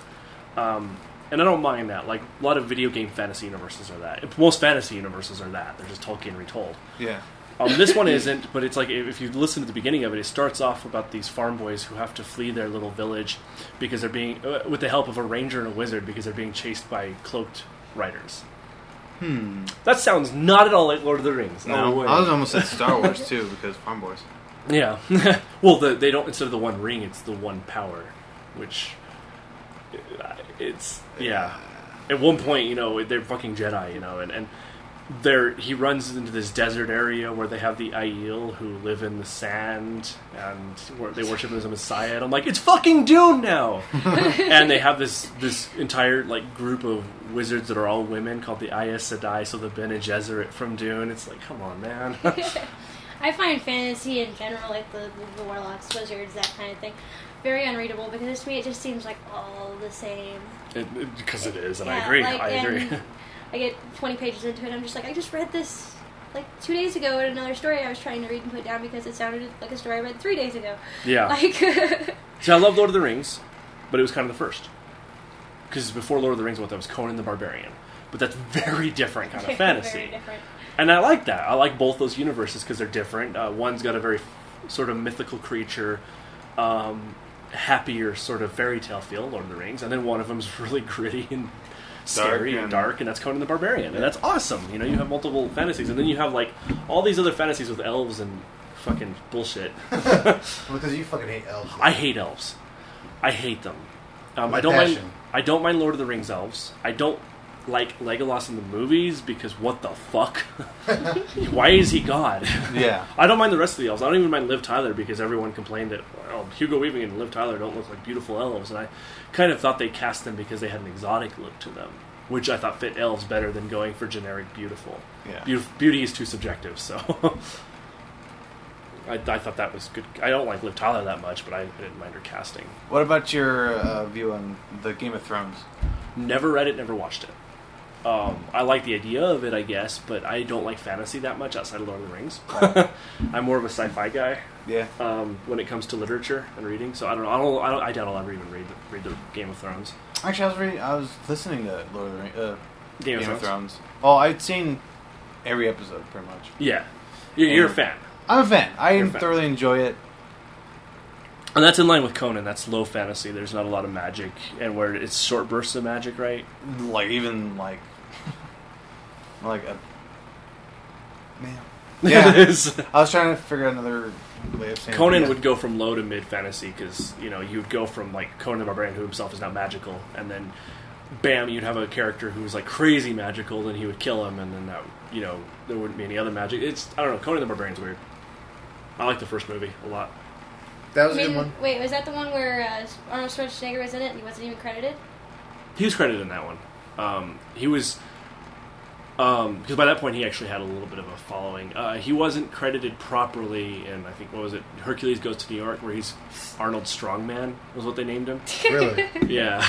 [SPEAKER 2] Um, and I don't mind that. Like a lot of video game fantasy universes are that. Most fantasy universes are that. They're just Tolkien retold
[SPEAKER 1] yeah.
[SPEAKER 2] Um, this one isn't, but it's like if if you listen to the beginning of it, it starts off about these farm boys who have to flee their little village because they're being, uh, with the help of a ranger and a wizard, because they're being chased by cloaked riders.
[SPEAKER 1] Hmm.
[SPEAKER 2] That sounds not at all like Lord of the Rings. No, way.
[SPEAKER 1] I was almost at Star Wars too because Farm Boys.
[SPEAKER 2] Yeah. well, the, they don't. Instead of the one ring, it's the one power, which uh, it's yeah. At one point, you know, they're fucking Jedi, you know, and and there he runs into this desert area where they have the Aiel who live in the sand and wor- they worship him as a messiah. And I'm like, it's fucking Dune now. and they have this this entire like group of wizards that are all women called the Aes Sedai, so the Bene Gesserit from Dune. It's like, come on, man.
[SPEAKER 4] I find fantasy in general, like the, the, the warlocks, wizards, that kind of thing, very unreadable because to me it just seems like all the same.
[SPEAKER 2] It- it- because it is, and I
[SPEAKER 4] Yeah,
[SPEAKER 2] agree.
[SPEAKER 4] like,
[SPEAKER 2] I agree.
[SPEAKER 4] and I get 20 pages into it, and I'm just like, I just read this like two days ago in another story I was trying to read and put down because it sounded like a story I read three days ago.
[SPEAKER 2] yeah.
[SPEAKER 4] Like,
[SPEAKER 2] so I love Lord of the Rings, but it was kind of the first because before Lord of the Rings, what that was Conan the Barbarian, but that's very different kind of
[SPEAKER 4] very
[SPEAKER 2] fantasy.
[SPEAKER 4] different.
[SPEAKER 2] And I like that. I like both those universes because they're different. Uh, one's got a very sort of mythical creature, um, happier sort of fairy tale feel, Lord of the Rings, and then one of them's really gritty and scary and,
[SPEAKER 1] and-
[SPEAKER 2] dark, and that's Conan the Barbarian, and that's awesome. You know, you have multiple fantasies, and then you have like all these other fantasies with elves and fucking bullshit.
[SPEAKER 6] Because you fucking hate elves.
[SPEAKER 2] I hate elves. I hate them. Um,
[SPEAKER 6] With
[SPEAKER 2] I don't mind.
[SPEAKER 6] passion.
[SPEAKER 2] I don't mind Lord of the Rings elves. I don't like Legolas in the movies because what the fuck? Why is he God?
[SPEAKER 1] Yeah.
[SPEAKER 2] I don't mind the rest of the elves. I don't even mind Liv Tyler because everyone complained that well, Hugo Weaving and Liv Tyler don't look like beautiful elves, and I kind of thought they cast them because they had an exotic look to them, which I thought fit elves better than going for generic beautiful.
[SPEAKER 1] Yeah.
[SPEAKER 2] Beaut- beauty is too subjective, so I, I thought that was good. I don't like Liv Tyler that much, but I, I didn't mind her casting.
[SPEAKER 1] What about your uh, view on the Game of Thrones?
[SPEAKER 2] Never read it, never watched it. Um, I like the idea of it, I guess, but I don't like fantasy that much outside of Lord of the Rings. I'm more of a sci-fi guy
[SPEAKER 1] Yeah.
[SPEAKER 2] um, when it comes to literature and reading. So I don't know. I don't. I, don't, I doubt I'll ever even read the, read the Game of Thrones.
[SPEAKER 1] Actually, I was reading, I was listening to Lord of the Rings, uh,
[SPEAKER 2] Game of Thrones.
[SPEAKER 1] Oh, I'd seen every episode pretty much.
[SPEAKER 2] Yeah, you're, you're a
[SPEAKER 1] Yeah.
[SPEAKER 2] fan,
[SPEAKER 1] I'm a fan. I
[SPEAKER 2] You're a fan.
[SPEAKER 1] thoroughly enjoy it.
[SPEAKER 2] and that's in line with Conan. That's low fantasy. There's not a lot of magic, and where it's short bursts of magic, right?
[SPEAKER 1] Like even like like uh, a man. Yeah. I was trying to figure out another way of saying. it,
[SPEAKER 2] Conan
[SPEAKER 1] yeah.
[SPEAKER 2] would go from low to mid fantasy because you know you'd go from like Conan the Barbarian, who himself is now magical, and then bam, you'd have a character who was like crazy magical, then he would kill him, and then that you know there wouldn't be any other magic. It's I don't know. Conan the Barbarian's weird. I like the first movie a lot.
[SPEAKER 6] That
[SPEAKER 4] I
[SPEAKER 6] was a good one.
[SPEAKER 4] mean, wait, was that the one where uh, Arnold Schwarzenegger was in it and he wasn't even credited?
[SPEAKER 2] He was credited in that one. Um, he was because by that point he actually had a little bit of a following. Uh, he wasn't credited properly in I think what was it Hercules Goes to New York, where he's Arnold Strongman was what they named him.
[SPEAKER 6] Really?
[SPEAKER 2] Yeah,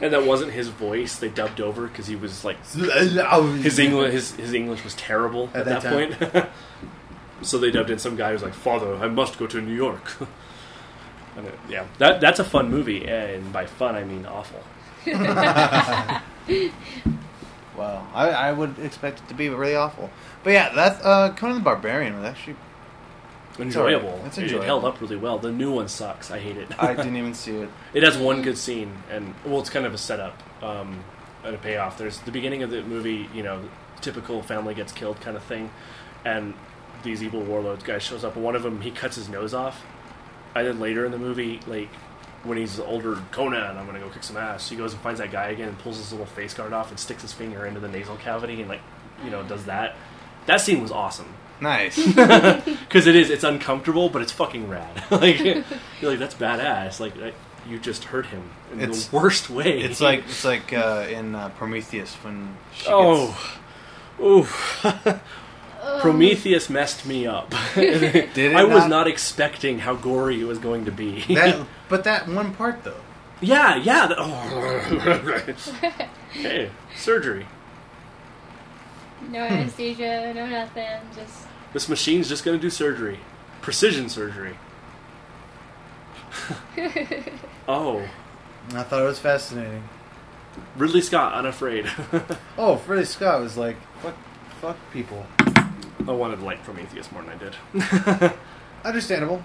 [SPEAKER 2] and that wasn't his voice. They dubbed over because he was like his
[SPEAKER 6] his
[SPEAKER 2] English. His, his English was terrible at,
[SPEAKER 6] At
[SPEAKER 2] that,
[SPEAKER 6] that
[SPEAKER 2] point. so they dubbed in some guy who was like, "Father, I must go to New York." and it- yeah, that that's a fun movie, and by fun I mean awful.
[SPEAKER 1] Wow, I, I would expect it to be really awful. But yeah, that uh, Conan the Barbarian was actually. alright.
[SPEAKER 2] Enjoyable.
[SPEAKER 1] It's
[SPEAKER 2] It- It,
[SPEAKER 1] enjoyable.
[SPEAKER 2] held up really well. The new one sucks. I hate it.
[SPEAKER 1] I didn't even see it.
[SPEAKER 2] It has one good scene, and well, it's kind of a setup um, and a payoff. There's the beginning of the movie, you know, typical family gets killed kind of thing, and these evil warlords guy shows up. and One of them he cuts his nose off, and then later in the movie, like when he's older, Conan, I'm gonna go kick some ass. He goes and finds that guy again and pulls his little face guard off and sticks his finger into the nasal cavity and like, you know, does that. That scene was awesome
[SPEAKER 1] Nice.
[SPEAKER 2] because it is it's uncomfortable but it's fucking rad like you're like that's badass like I, you just hurt him in
[SPEAKER 1] It's-
[SPEAKER 2] the worst way
[SPEAKER 1] it's like it's like uh, in uh, Prometheus when she
[SPEAKER 2] oh oof prometheus messed me up i
[SPEAKER 1] gets, did it
[SPEAKER 2] was not expecting how gory it was going to be
[SPEAKER 6] That, but that one part though.
[SPEAKER 2] yeah yeah that, oh. hey surgery
[SPEAKER 4] No anesthesia, no nothing, just
[SPEAKER 2] this machine's just going to do surgery precision surgery oh
[SPEAKER 6] I thought it was fascinating.
[SPEAKER 2] ridley scott unafraid
[SPEAKER 6] Oh, Freddie Scott was like, fuck, fuck people.
[SPEAKER 2] I wanted to like Prometheus more than I did.
[SPEAKER 1] Understandable.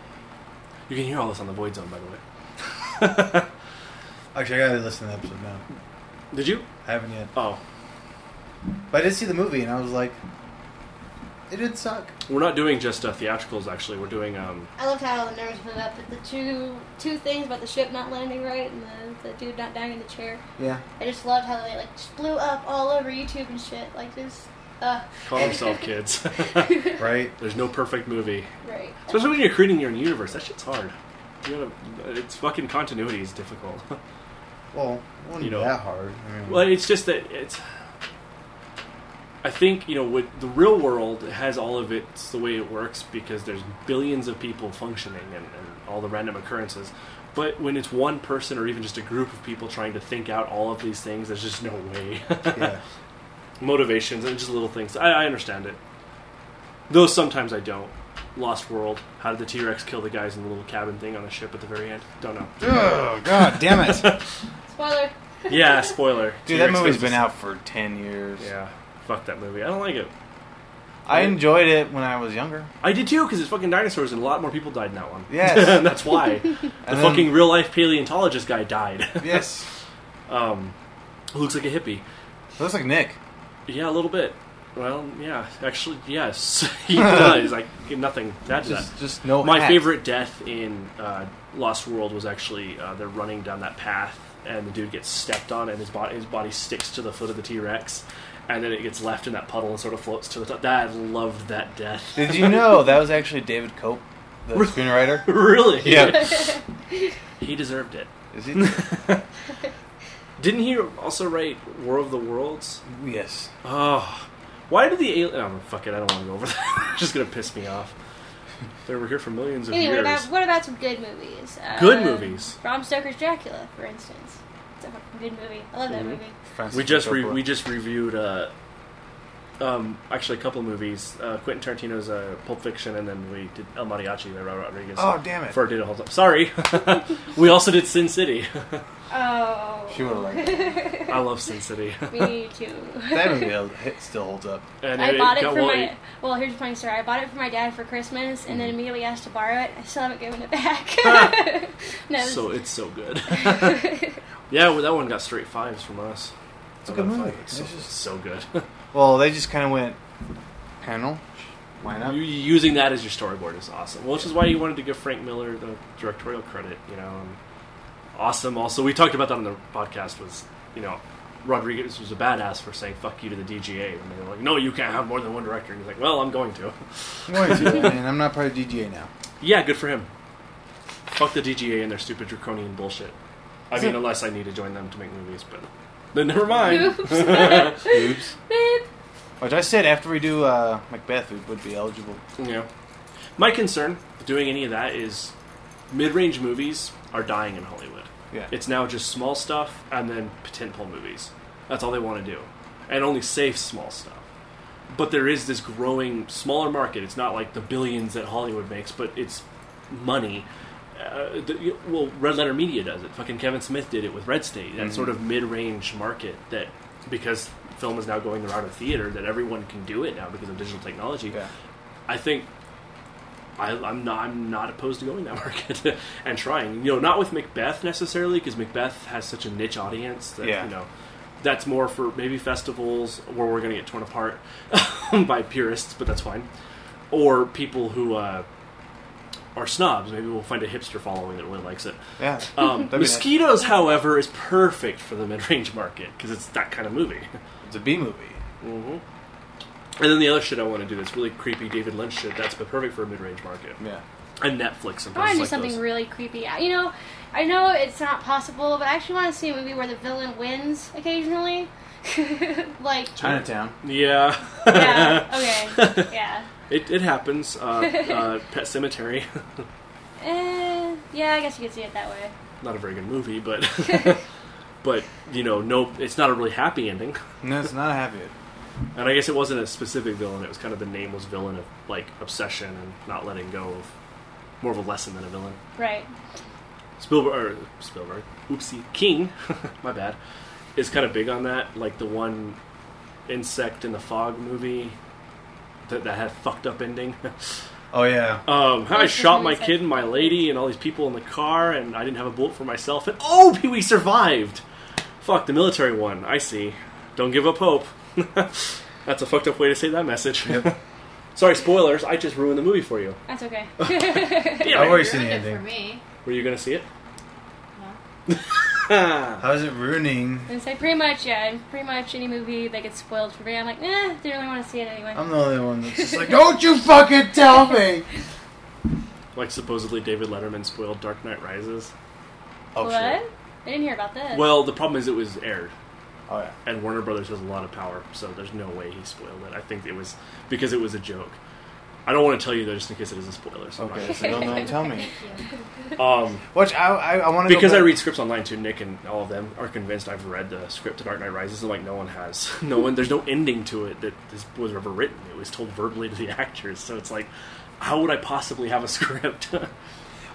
[SPEAKER 2] you can hear all this on the Void Zone, by the way.
[SPEAKER 6] Actually, I gotta listen to the episode now.
[SPEAKER 2] did you?
[SPEAKER 6] I haven't yet.
[SPEAKER 2] Oh,
[SPEAKER 6] But I did see the movie, and I was like, it did suck.
[SPEAKER 2] we're not doing just uh, theatricals. Actually, we're doing um,
[SPEAKER 3] I loved how the nerds put up with the two two things about the ship not landing right and the, the dude not dying in the chair.
[SPEAKER 6] Yeah.
[SPEAKER 3] I just loved how they like just blew up all over YouTube and shit. Like just uh
[SPEAKER 2] call himself kids.
[SPEAKER 6] Right?
[SPEAKER 2] There's no perfect movie,
[SPEAKER 3] right.
[SPEAKER 2] especially when you're creating your own universe. That shit's hard. You gotta, it's fucking continuity is difficult.
[SPEAKER 6] Well, it wasn't
[SPEAKER 2] You know.
[SPEAKER 6] that hard. I mean,
[SPEAKER 2] Well, it's just that it's. I think you know with the real world it has all of its the way it works because there's billions of people functioning and, and all the random occurrences. But when it's one person or even just a group of people trying to think out all of these things, there's just no way.
[SPEAKER 6] yeah.
[SPEAKER 2] Motivations and just little things. I, I understand it. Though sometimes I don't. Lost World. How did the T Rex kill the guys in the little cabin thing on the ship at the very end? Don't know.
[SPEAKER 1] Oh god damn it,
[SPEAKER 3] Spoiler.
[SPEAKER 2] Yeah, spoiler.
[SPEAKER 1] dude! That
[SPEAKER 2] T-Rex
[SPEAKER 1] movie's
[SPEAKER 2] goes
[SPEAKER 1] been
[SPEAKER 2] to-
[SPEAKER 1] out for ten years.
[SPEAKER 2] Yeah, fuck that movie. I don't like it.
[SPEAKER 1] I enjoyed it when I was younger.
[SPEAKER 2] I did too, because it's fucking dinosaurs, and a lot more people died in that one.
[SPEAKER 1] Yes.
[SPEAKER 2] And that's why the
[SPEAKER 1] And then-
[SPEAKER 2] fucking real life paleontologist guy died.
[SPEAKER 1] Yes,
[SPEAKER 2] um, who looks like a hippie.
[SPEAKER 1] looks like Nick.
[SPEAKER 2] Yeah, a little bit. Well, yeah, actually, yes, he does. I give nothing to add to that.
[SPEAKER 1] Just, just no.
[SPEAKER 2] My
[SPEAKER 1] hat.
[SPEAKER 2] favorite death in uh, Lost World was actually uh, they're running down that path, and the dude gets stepped on, and his body his body sticks to the foot of the T Rex, and then it gets left in that puddle and sort of floats to the top. That I loved that death.
[SPEAKER 1] Did you know that was actually David Cope, the
[SPEAKER 2] Really?
[SPEAKER 1] screenwriter?
[SPEAKER 2] really?
[SPEAKER 1] Yeah.
[SPEAKER 2] He deserved it.
[SPEAKER 1] Is he?
[SPEAKER 2] Didn't he also write War of the Worlds?
[SPEAKER 1] yes.
[SPEAKER 2] Oh, why did the alien? Oh, fuck it, I don't want to go over that. it's just gonna piss me off. They were here for millions of
[SPEAKER 3] Anyway, what about
[SPEAKER 2] years.
[SPEAKER 3] what about some good movies? Uh,
[SPEAKER 2] Good movies.
[SPEAKER 3] Bram Stoker's Dracula, for instance. It's a fucking good movie. I love that
[SPEAKER 2] Mhm.
[SPEAKER 3] movie.
[SPEAKER 2] We just re- we just reviewed uh, um, actually a couple of movies. Uh, Quentin Tarantino's uh, Pulp Fiction, and then we did El Mariachi by Robert Rodriguez.
[SPEAKER 1] Oh damn it!
[SPEAKER 2] For did a whole time. Sorry, we also did Sin City.
[SPEAKER 3] Oh.
[SPEAKER 6] She would've liked
[SPEAKER 2] I love Sin City,
[SPEAKER 3] Me too.
[SPEAKER 6] that movie held- it still holds up.
[SPEAKER 2] and
[SPEAKER 3] I bought it
[SPEAKER 2] got
[SPEAKER 3] for
[SPEAKER 2] one-
[SPEAKER 3] my. Well, here's the funny story. I bought it for my dad for Christmas, and
[SPEAKER 2] Mm-hmm.
[SPEAKER 3] then immediately asked to borrow it. I still haven't given it back. no, it's-
[SPEAKER 2] So it's so good. yeah, well, that one got straight fives from us.
[SPEAKER 6] It's a good movie.
[SPEAKER 2] It's so,
[SPEAKER 6] It's just-
[SPEAKER 2] so good.
[SPEAKER 1] Well, they just kind of went panel. Why
[SPEAKER 2] You- Using that as your storyboard is awesome. Well, which is why you wanted to give Frank Miller the directorial credit. You know, and awesome. Also, we talked about that on the podcast. Was you know, Rodriguez was a badass for saying "fuck you" to the DGA, and they were like, "No, you can't have more than one director." And he's like, "Well, I'm going to."
[SPEAKER 6] I'm going to, I mean, I'm not part of DGA now.
[SPEAKER 2] Yeah, good for him. Fuck the DGA and their stupid draconian bullshit. I mean, unless I need to join them to make movies, but then never mind.
[SPEAKER 1] Oops.
[SPEAKER 3] Beep.
[SPEAKER 1] Which I said after we do uh, Macbeth, we would be eligible.
[SPEAKER 2] Yeah. My concern with doing any of that is mid-range movies are dying in Hollywood.
[SPEAKER 1] Yeah.
[SPEAKER 2] It's now just small stuff and then tentpole movies. That's all they want to do, and only safe small stuff. But there is this growing smaller market. It's not like the billions that Hollywood makes, but it's money. Uh, the, you- well, Red Letter Media does it. Fucking Kevin Smith did it with Red State. That sort of mid-range market that because film is now going the route of theater that everyone can do it now because of digital technology.
[SPEAKER 1] Yeah.
[SPEAKER 2] I think I, I'm not I'm not opposed to going that market and trying. You know, not with Macbeth necessarily because Macbeth has such a niche audience that
[SPEAKER 1] Yeah.
[SPEAKER 2] you know that's more for maybe festivals where we're going to get torn apart by purists, but that's fine. Or people who uh, are snobs. Maybe we'll find a hipster following that really likes it.
[SPEAKER 1] Yeah.
[SPEAKER 2] Um,
[SPEAKER 1] That'd be nice.
[SPEAKER 2] Mosquitoes, however, is perfect for the mid-range market because it's that kind of movie.
[SPEAKER 1] It's a B movie.
[SPEAKER 2] hmm And then the other shit I want to do that's really creepy David Lynch shit that's been perfect for a mid range market.
[SPEAKER 1] Yeah.
[SPEAKER 2] And Netflix and
[SPEAKER 3] I want to
[SPEAKER 2] places
[SPEAKER 3] do
[SPEAKER 2] like
[SPEAKER 3] something
[SPEAKER 2] those.
[SPEAKER 3] really creepy. I- You know, I know it's not possible, but I actually want to see a movie where the villain wins occasionally. like,
[SPEAKER 1] Chinatown.
[SPEAKER 2] yeah.
[SPEAKER 3] yeah, okay, yeah.
[SPEAKER 2] It, it happens. Uh, uh, Pet Cemetery.
[SPEAKER 3] Eh, yeah, I guess you could see it that way.
[SPEAKER 2] not a very good movie, but. but, you know, no, it's not a really happy ending.
[SPEAKER 1] No, it's not a happy. End.
[SPEAKER 2] And I guess it wasn't a specific villain, it was kind of the nameless villain of, like, obsession and not letting go of more of a lesson than a villain.
[SPEAKER 3] Right.
[SPEAKER 2] Spielberg, or Spielberg, oopsie, King, my bad, is kind of big on that. Like the one insect in the fog movie that, that had fucked up ending.
[SPEAKER 1] Oh yeah.
[SPEAKER 2] Um, how I
[SPEAKER 4] Yes,
[SPEAKER 2] shot
[SPEAKER 4] that's
[SPEAKER 2] my
[SPEAKER 4] what he
[SPEAKER 2] kid
[SPEAKER 4] said.
[SPEAKER 2] and my lady and all these people in the car, and I didn't have a bullet for myself. And oh, Pee Wee survived. Fuck the military one. I see. Don't give up hope. That's a fucked up way to say that message. Sorry, spoilers. I just ruined the movie for you.
[SPEAKER 4] That's okay.
[SPEAKER 2] Damn
[SPEAKER 1] I've
[SPEAKER 2] it.
[SPEAKER 1] already seen the
[SPEAKER 5] ruined it for
[SPEAKER 1] ending.
[SPEAKER 5] me.
[SPEAKER 2] Were you gonna see it?
[SPEAKER 5] No.
[SPEAKER 2] Ah.
[SPEAKER 6] How is it ruining?
[SPEAKER 4] and say pretty much, yeah, and pretty much any movie that gets spoiled for me, I'm like, nah, didn't really want to see it anyway.
[SPEAKER 6] I'm the only one that's just like, don't you fucking tell me.
[SPEAKER 2] like supposedly David Letterman spoiled Dark Knight Rises.
[SPEAKER 1] Oh
[SPEAKER 4] what?
[SPEAKER 1] shit.
[SPEAKER 4] I didn't hear about this.
[SPEAKER 2] Well, the problem is it was aired,
[SPEAKER 1] Oh yeah.
[SPEAKER 2] and Warner Brothers has a lot of power, so there's no way he spoiled it. I think it was because it was a joke. I don't want to tell you though, just in case it is a spoiler. So I'm not
[SPEAKER 1] Okay.
[SPEAKER 2] gonna
[SPEAKER 1] So
[SPEAKER 2] say
[SPEAKER 1] don't, don't tell me.
[SPEAKER 5] Thank you.
[SPEAKER 2] it. Um,
[SPEAKER 1] Which I I, I want to
[SPEAKER 2] because I read scripts online too. Nick and all of them are convinced I've read the script to Dark Knight Rises, and like no one has. No one. There's no ending to it that this was ever written. It was told verbally to the actors, so it's like, how would I possibly have a script?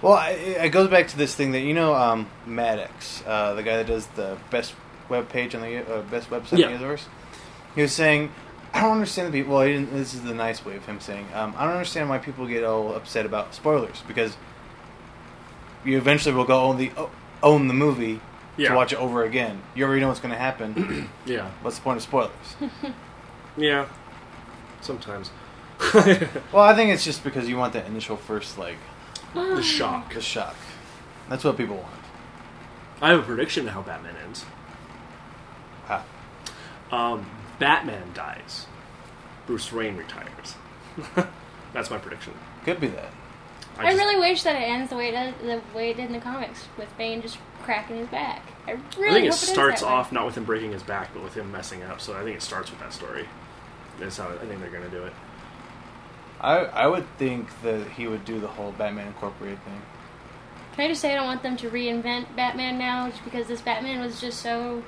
[SPEAKER 1] Well, I- it goes back to this thing that you know, um, Maddox, uh, the guy that does the best web page on the uh, best website
[SPEAKER 2] Yeah.
[SPEAKER 1] in the universe. He was saying, I don't understand the people. Well, he didn't, this is the nice way of him saying, um, I don't understand why people get all upset about spoilers because you eventually will go own the own the movie
[SPEAKER 2] yeah.
[SPEAKER 1] to watch it over again. You already know what's going to happen.
[SPEAKER 2] Yeah.
[SPEAKER 1] what's the point of spoilers?
[SPEAKER 2] Yeah. Sometimes
[SPEAKER 1] well, I think it's just because you want that initial first like
[SPEAKER 2] the shock.
[SPEAKER 1] the shock. That's what people want.
[SPEAKER 2] I have a prediction to how Batman ends.
[SPEAKER 1] Ah.
[SPEAKER 2] Um, Batman dies. Bruce Wayne retires. That's my prediction.
[SPEAKER 1] Could be that.
[SPEAKER 4] I,
[SPEAKER 2] just-
[SPEAKER 4] really wish that it ends the way it does, the way it did in the comics, with Bane just cracking his back. I really
[SPEAKER 2] I think it
[SPEAKER 4] hope ends
[SPEAKER 2] starts
[SPEAKER 4] that way.
[SPEAKER 2] off not with him breaking his back, but with him messing up. So I think it starts with that story. That's how I think they're going to do it.
[SPEAKER 1] I I would think that he would do the whole Batman Incorporated thing.
[SPEAKER 4] Can I just say I don't want them to reinvent Batman now, just because this Batman was just so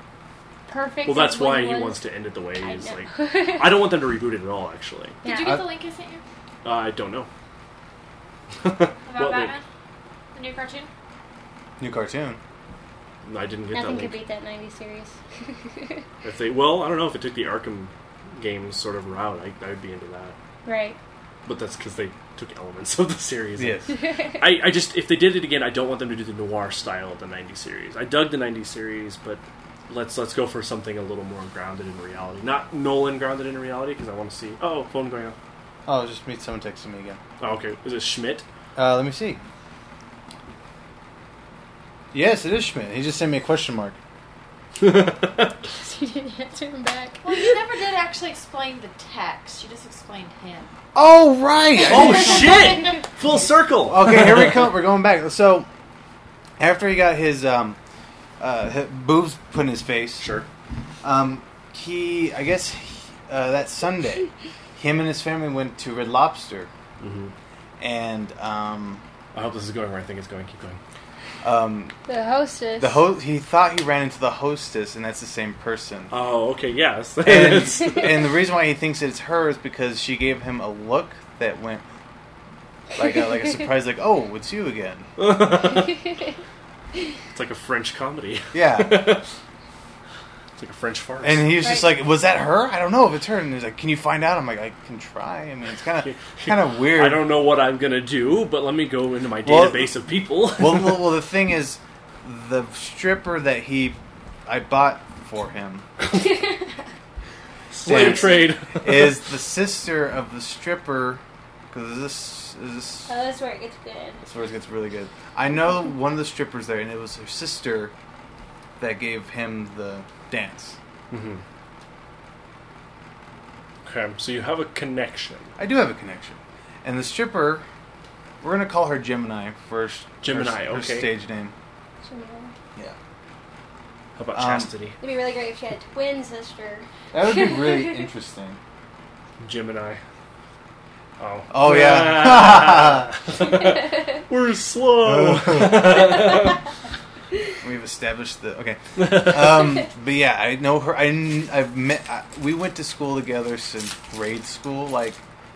[SPEAKER 4] perfect.
[SPEAKER 2] Well, that's
[SPEAKER 4] at what
[SPEAKER 2] why he
[SPEAKER 4] was.
[SPEAKER 2] wants to end it the way
[SPEAKER 4] I
[SPEAKER 2] he's like.
[SPEAKER 4] know.
[SPEAKER 2] I don't want them to reboot it at all. Actually,
[SPEAKER 5] Did
[SPEAKER 4] Yeah.
[SPEAKER 5] you get
[SPEAKER 1] I-
[SPEAKER 5] the link I sent you
[SPEAKER 2] uh, I don't know.
[SPEAKER 5] about
[SPEAKER 2] What link?
[SPEAKER 5] Batman? The new cartoon?
[SPEAKER 1] New cartoon.
[SPEAKER 2] I didn't get
[SPEAKER 4] Nothing
[SPEAKER 2] that.
[SPEAKER 4] could beat
[SPEAKER 2] Link.
[SPEAKER 4] that '90s series.
[SPEAKER 2] If they, well, I don't know if it took the Arkham games sort of route. I, I'd be into that.
[SPEAKER 4] right.
[SPEAKER 2] But that's because they took elements of the series. I, I just, if they did it again, I don't want them to do the noir style of the 90s series. I dug the 90s series, but let's let's go for something a little more grounded in reality. Not Nolan grounded in reality, because I want to see. Oh, phone going off.
[SPEAKER 1] Oh, just meet someone texting me again.
[SPEAKER 2] Oh, okay. Is it Schmidt?
[SPEAKER 1] Uh, let me see. Yes, it is Schmidt. He just sent me a question mark.
[SPEAKER 4] he didn't answer him back.
[SPEAKER 5] Well, you never did actually explain the text. You just explained him.
[SPEAKER 1] Oh right.
[SPEAKER 2] oh, shit! Full circle! Oh.
[SPEAKER 1] okay, here we come. We're going back. So after he got his um uh his boobs put in his face,
[SPEAKER 2] Sure.
[SPEAKER 1] um he I guess he- uh, that Sunday, him and his family went to Red Lobster
[SPEAKER 2] hmm
[SPEAKER 1] and um
[SPEAKER 2] I hope this is going where I think it's going. Keep going.
[SPEAKER 1] um
[SPEAKER 4] The hostess.
[SPEAKER 1] the ho- he thought he ran into the hostess and that's the same person.
[SPEAKER 2] Oh, okay, yes.
[SPEAKER 1] and, and the reason why he thinks it's her is because she gave him a look that went like a, like a surprise, like "Oh, it's you again."
[SPEAKER 2] it's like a French comedy.
[SPEAKER 1] Yeah,
[SPEAKER 2] It's like a French farce.
[SPEAKER 1] and he was just like, "Was that her? I don't know if it's her." And he's like, "Can you find out?" I'm like, "I can try." I mean, it's kind of kind of weird.
[SPEAKER 2] I don't know what I'm gonna do, but let me go into my
[SPEAKER 1] Well-
[SPEAKER 2] database of people.
[SPEAKER 1] well, well, well, the thing is, the stripper that he I bought for him
[SPEAKER 2] Slave
[SPEAKER 1] is-
[SPEAKER 2] trade.
[SPEAKER 1] is the sister of the stripper because this is this.
[SPEAKER 4] oh, that's where it gets good.
[SPEAKER 1] This where it gets really good. I know one of the strippers there, and it was her sister that gave him the dance.
[SPEAKER 2] Mhm. Okay, so you have a connection.
[SPEAKER 1] I do have a connection, and the stripper, we're gonna call her Gemini for sh-
[SPEAKER 2] Gemini,
[SPEAKER 1] her, her
[SPEAKER 2] okay.
[SPEAKER 1] stage name.
[SPEAKER 4] Should we go?
[SPEAKER 1] Yeah,
[SPEAKER 2] How about
[SPEAKER 1] Um,
[SPEAKER 2] chastity?
[SPEAKER 4] It'd be really great if she had a twin sister.
[SPEAKER 1] that would be really interesting.
[SPEAKER 2] Gemini. Oh. Ah!
[SPEAKER 1] Oh, yeah.
[SPEAKER 2] We're slow.
[SPEAKER 1] We've established the okay, um, but yeah, I know her. I kn- I've met. I, we went to school together since grade school, like,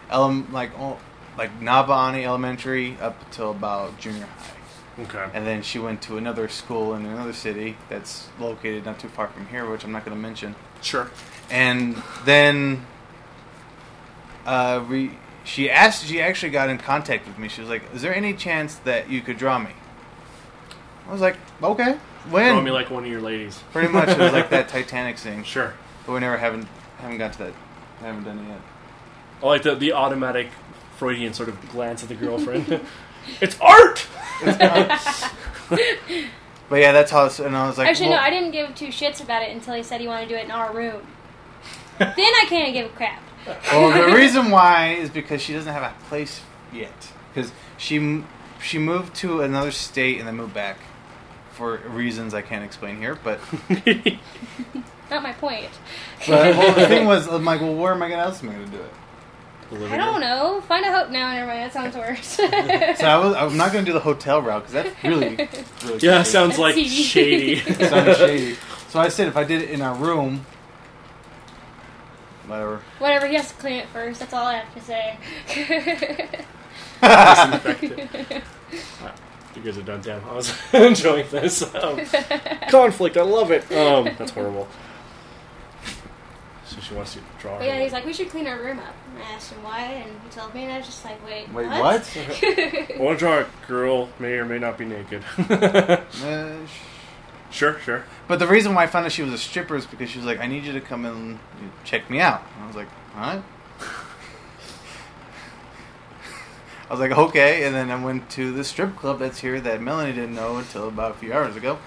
[SPEAKER 1] elem like oh, like Nabani Elementary up till about junior high.
[SPEAKER 2] okay.
[SPEAKER 1] And then she went to another school in another city that's located not too far from here, which I'm not going to mention.
[SPEAKER 2] Sure.
[SPEAKER 1] And then uh, uh, we, she asked. She actually got in contact with me. She was like, "Is there any chance that you could draw me?" I was like, "Okay, when?"
[SPEAKER 2] Throw me like one of your ladies.
[SPEAKER 1] Pretty much, it was like that Titanic thing.
[SPEAKER 2] Sure.
[SPEAKER 1] But we never haven't haven't got to that. Haven't done it yet.
[SPEAKER 2] I like the, the automatic Freudian sort of glance at the girlfriend. it's art!
[SPEAKER 1] But yeah, that's how. It's, and I was like,
[SPEAKER 4] Actually,
[SPEAKER 1] well,
[SPEAKER 4] no, I didn't give two shits about it until he said he wanted to do it in our room. then I can't give a crap.
[SPEAKER 1] Well, the reason why is because she doesn't have a place yet. Because she m- she moved to another state and then moved back for reasons I can't explain here. But
[SPEAKER 4] Not my point.
[SPEAKER 1] but well, the thing was, I'm like, well, where am I gonna else am I gonna do it?
[SPEAKER 4] I don't know. Find a hope now. Never mind. That sounds worse.
[SPEAKER 1] So I was I'm not gonna do the hotel route because that's really, really
[SPEAKER 2] Yeah,
[SPEAKER 1] shady.
[SPEAKER 2] sounds like
[SPEAKER 4] That's
[SPEAKER 2] shady.
[SPEAKER 1] It sounded shady. So I said if I did it in our room, whatever.
[SPEAKER 4] Whatever. He has to clean it first. That's all I have to say.
[SPEAKER 2] Disinfect it. Wow, You guys are done, damn. I was enjoying this. Um, conflict, I love it. Um, that's horrible. So she wants you to draw her.
[SPEAKER 4] but yeah, he's like, we should clean our room up. And I asked him why, and he told me, and I was just like, wait,
[SPEAKER 1] Wait,
[SPEAKER 4] what?
[SPEAKER 1] what?
[SPEAKER 2] I want to draw a girl, may or may not be naked.
[SPEAKER 1] Uh, sh-
[SPEAKER 2] sure, sure.
[SPEAKER 1] But the reason why I found out she was a stripper is because she was like, I need you to come and check me out. And I was like, huh? I was like, okay. And then I went to the strip club that's here that Melanie didn't know until about a few hours ago.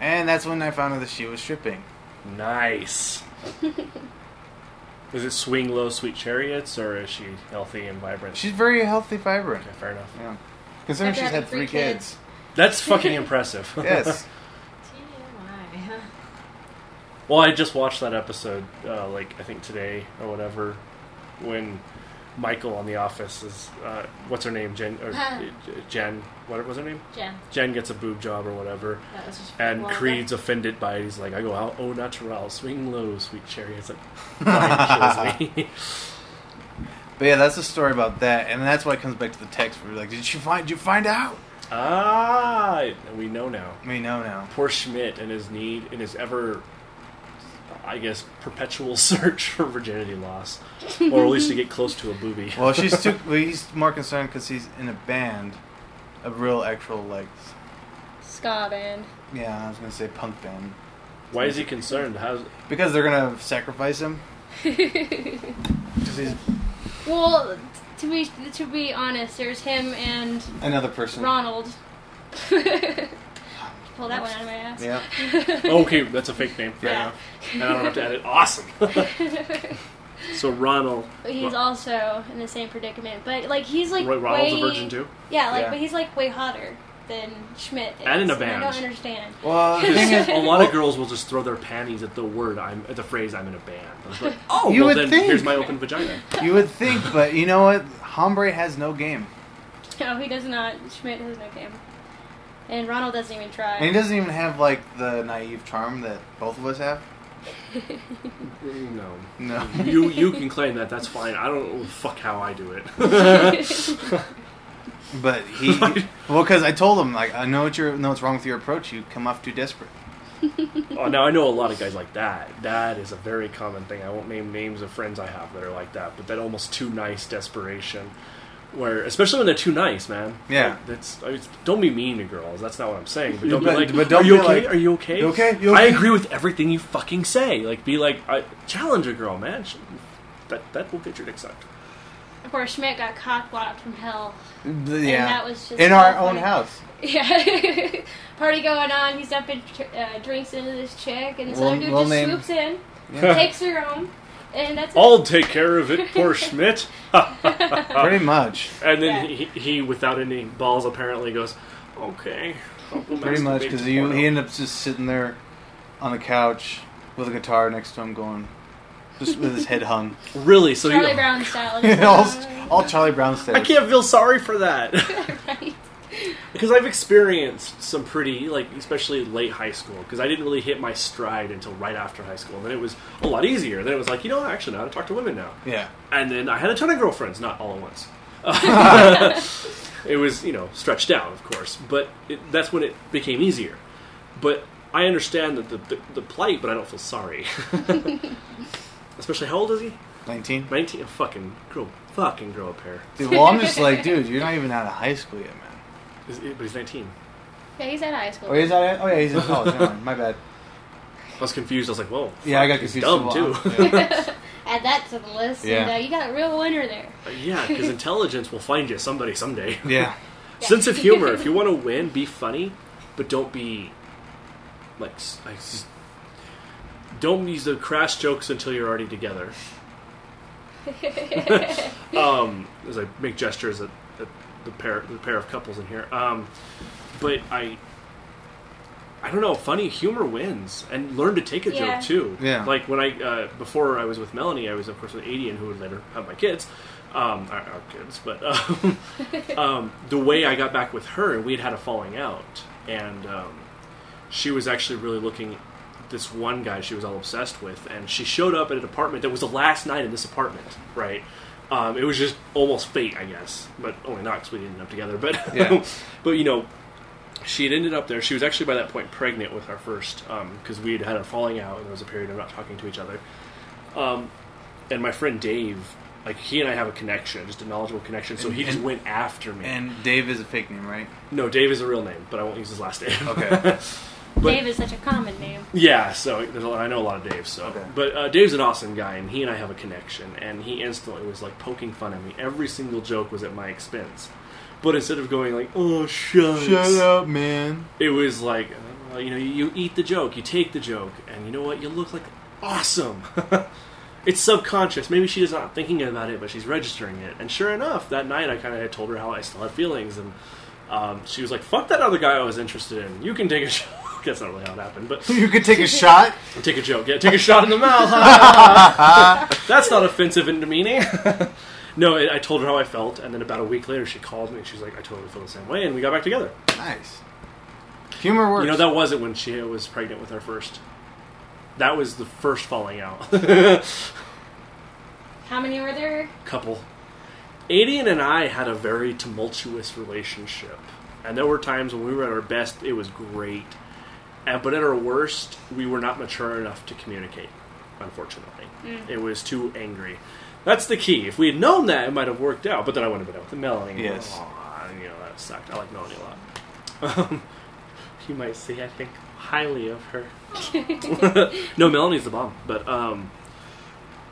[SPEAKER 1] And that's when I found out that she was stripping.
[SPEAKER 2] Nice. is it swing low, sweet chariots, or is she healthy and vibrant?
[SPEAKER 1] She's very healthy, vibrant.
[SPEAKER 2] okay, fair enough.
[SPEAKER 1] Yeah. Considering
[SPEAKER 3] After
[SPEAKER 1] she's
[SPEAKER 3] having
[SPEAKER 1] had three
[SPEAKER 3] three
[SPEAKER 1] kids.
[SPEAKER 2] That's fucking impressive.
[SPEAKER 1] yes.
[SPEAKER 5] TMI.
[SPEAKER 2] Well, I just watched that episode, uh, like I think today or whatever, when Michael on The Office is uh, what's her name, Jen or uh, Jen, what was her name?
[SPEAKER 5] Jen,
[SPEAKER 2] Jen gets a boob job or whatever,
[SPEAKER 5] that was just
[SPEAKER 2] and
[SPEAKER 5] well,
[SPEAKER 2] Creed's offended by it. He's like, "I go out au natural, swing low, sweet cherry." It's like, fucking kills me.
[SPEAKER 1] But yeah, that's the story about that. And that's why it comes back to the text. We're like, did she find, did you find out?
[SPEAKER 2] ah, we know now.
[SPEAKER 1] We know now.
[SPEAKER 2] Poor Schmidt and his need and his ever, I guess, perpetual search for virginity loss, or at least to get close to a booby.
[SPEAKER 1] Well, she's too. well, he's more concerned because he's in a band, a real actual like.
[SPEAKER 4] Ska band.
[SPEAKER 1] Yeah, I was gonna say punk band
[SPEAKER 2] Why is he concerned? How's
[SPEAKER 1] because they're gonna sacrifice him. 'Cause he's
[SPEAKER 4] Well, to be to be honest, there's him and
[SPEAKER 1] another person.
[SPEAKER 4] Ronald. Pull that one out of my ass.
[SPEAKER 1] Yeah.
[SPEAKER 2] Oh, okay, that's a fake name. Fair
[SPEAKER 1] Yeah.
[SPEAKER 2] enough. And I don't have to edit. Awesome. so Ronald,
[SPEAKER 4] But he's
[SPEAKER 2] Ro-
[SPEAKER 4] also in the same predicament, but like he's like
[SPEAKER 2] Roy Ronald's
[SPEAKER 4] way,
[SPEAKER 2] a virgin too.
[SPEAKER 4] Yeah, like
[SPEAKER 1] Yeah.
[SPEAKER 4] but he's like way hotter than Schmidt. Is,
[SPEAKER 2] And in a
[SPEAKER 4] I
[SPEAKER 2] band.
[SPEAKER 4] don't understand.
[SPEAKER 1] Well, the thing is,
[SPEAKER 2] A lot of girls will just throw their panties at the word "I'm" at the phrase "I'm in a band." I was like, oh,
[SPEAKER 1] You
[SPEAKER 2] well
[SPEAKER 1] would
[SPEAKER 2] then
[SPEAKER 1] think.
[SPEAKER 2] here's my open vagina.
[SPEAKER 1] you would think, but you know what? Hombre has no game,
[SPEAKER 4] No, he does not. Schmidt has no game, and Ronald doesn't even try.
[SPEAKER 1] and he doesn't even have like the naive charm that both of us have.
[SPEAKER 2] No,
[SPEAKER 1] No.
[SPEAKER 2] you you can claim that. That's fine. I don't fuck how I do it.
[SPEAKER 1] But he, well, because I told him like I know what you're, know what's wrong with your approach. You come off too desperate.
[SPEAKER 2] oh, now I know a lot of guys like that. That is a very common thing. I won't name names of friends I have that are like that, but that almost too nice desperation, where especially when they're too nice, man.
[SPEAKER 1] Yeah.
[SPEAKER 2] Like, that's I mean, don't be mean to girls. That's not what I'm saying. But don't
[SPEAKER 1] But-
[SPEAKER 2] be like,
[SPEAKER 1] but don't
[SPEAKER 2] are you
[SPEAKER 1] be
[SPEAKER 2] okay?
[SPEAKER 1] like,
[SPEAKER 2] are you okay?
[SPEAKER 1] "You okay? You
[SPEAKER 2] I
[SPEAKER 1] okay?"
[SPEAKER 2] agree with everything you fucking say. Like, be like, I, challenge a girl, man. She- that that will get your dick sucked.
[SPEAKER 4] Of course, Schmidt got cockblocked from hell.
[SPEAKER 1] Yeah.
[SPEAKER 4] that was just
[SPEAKER 1] in our
[SPEAKER 4] so
[SPEAKER 1] own
[SPEAKER 4] funny.
[SPEAKER 1] house.
[SPEAKER 4] Yeah, party going on. He's up and uh, drinks into this chick, and this
[SPEAKER 1] We'll-
[SPEAKER 4] other dude
[SPEAKER 1] we'll
[SPEAKER 4] just
[SPEAKER 1] name-
[SPEAKER 4] swoops in,
[SPEAKER 1] Yeah.
[SPEAKER 4] takes her home, and that's
[SPEAKER 2] I'll take care of it, poor Schmidt. Oh.
[SPEAKER 1] Pretty much.
[SPEAKER 2] And then
[SPEAKER 4] Yeah.
[SPEAKER 2] he, he, without any balls, apparently goes, okay. I'll go
[SPEAKER 1] Pretty much,
[SPEAKER 2] masturbate
[SPEAKER 1] because he,
[SPEAKER 2] tomorrow."
[SPEAKER 1] he ended up just sitting there on the couch with a guitar next to him, going just with his head hung,
[SPEAKER 2] Really? So
[SPEAKER 4] it.
[SPEAKER 2] you,
[SPEAKER 4] Charlie Brown style. Just,
[SPEAKER 1] all,
[SPEAKER 4] uh,
[SPEAKER 1] all Charlie Brown style.
[SPEAKER 2] I can't feel sorry for that.
[SPEAKER 4] right.
[SPEAKER 2] Because I've experienced some pretty, like, especially late high school, because I didn't really hit my stride until right after high school. And then it was a lot easier. Then it was like, you know, I actually know how to talk to women now.
[SPEAKER 1] Yeah,
[SPEAKER 2] And then I had a ton of girlfriends, not all at once. it was, you know, stretched out, of course, but it, that's when it became easier. But I understand that the, the, the plight, but I don't feel sorry. Especially, how old is he?
[SPEAKER 6] Nineteen.
[SPEAKER 2] 19. Fucking grow, fucking grow up hair.
[SPEAKER 6] Dude, well, I'm just like, dude, you're not even out of high school yet, man.
[SPEAKER 2] Is- But he's 19.
[SPEAKER 4] Yeah, he's out of high school.
[SPEAKER 6] Oh, he's out. Of, oh yeah, he's in college. Never mind. My bad.
[SPEAKER 2] I was confused. I was like, whoa.
[SPEAKER 6] Yeah, I got
[SPEAKER 2] he's
[SPEAKER 6] confused.
[SPEAKER 2] dumb,
[SPEAKER 6] as well.
[SPEAKER 2] too.
[SPEAKER 6] Yeah.
[SPEAKER 4] Add that to the list, and
[SPEAKER 6] Yeah.
[SPEAKER 4] uh, you got a real winner there.
[SPEAKER 2] yeah, because intelligence will find you somebody someday.
[SPEAKER 6] yeah.
[SPEAKER 2] Sense of humor. If you want to win, be funny, but don't be like, s- like s- don't use the crass jokes until you're already together. um, as I make gestures at, at the pair the pair of couples in here. Um, but I I don't know, funny humor wins and learn to take a
[SPEAKER 4] Yeah.
[SPEAKER 2] joke too.
[SPEAKER 6] Yeah.
[SPEAKER 2] Like when I uh, before I was with Melanie, I was of course with Adian who would later have my kids. Um, our, our kids, but um, um, the way I got back with her, we had had a falling out, and um, she was actually really looking at this one guy she was all obsessed with, and she showed up at an apartment that was the last night in this apartment, right? Um, it was just almost fate, I guess, but only not because we didn't end up together. But
[SPEAKER 6] Yeah.
[SPEAKER 2] but you know, she had ended up there. She was actually by that point pregnant with our first, because we had had a falling out, and there was a period of not talking to each other. Um, and my friend Dave, like he and I have a connection, just a knowledgeable connection. So
[SPEAKER 6] And-
[SPEAKER 2] he just
[SPEAKER 6] and-
[SPEAKER 2] went after me.
[SPEAKER 6] And Dave is a fake name, right?
[SPEAKER 2] no, Dave is a real name, but I won't use his last name.
[SPEAKER 6] Okay.
[SPEAKER 2] But-
[SPEAKER 4] Dave is such a common name.
[SPEAKER 2] Yeah, so there's a lot, I know a lot of Dave. So,
[SPEAKER 6] Okay.
[SPEAKER 2] but uh, Dave's an awesome guy, and he and I have a connection. And he instantly was like poking fun at me. Every single joke was at my expense. But instead of going like, "Oh, shucks,"
[SPEAKER 6] up, man.
[SPEAKER 2] it was like, uh, you know, you eat the joke, you take the joke, and you know what? You look like awesome. it's subconscious. Maybe she's not thinking about it, but she's registering it. And sure enough, that night I kind of told her how I still had feelings, and um, she was like, "Fuck that other guy I was interested in. You can take a joke." That's not really how it happened, but
[SPEAKER 6] You could take a shot.
[SPEAKER 2] Take a joke. Yeah, take a shot in the mouth. That's not offensive and demeaning. no, I I told her how I felt, and then about a week later, she called me. and She's like, "I totally feel the same way," and we got back together.
[SPEAKER 6] Nice. Humor works.
[SPEAKER 2] You know, that wasn't when she was pregnant with our first. That was the first falling out
[SPEAKER 4] How many were there?
[SPEAKER 2] couple. Adian and I had a very tumultuous relationship, and there were times when we were at our best, it was great, and but at our worst, we were not mature enough to communicate. Unfortunately, it was too angry. That's the key. If we had known that, it might have worked out. But then I wouldn't have been out with Melanie.
[SPEAKER 6] Yes.
[SPEAKER 2] Aw, you know that sucked. I like Melanie a lot. Um, you might say I think highly of her. no, Melanie's the bomb. But um,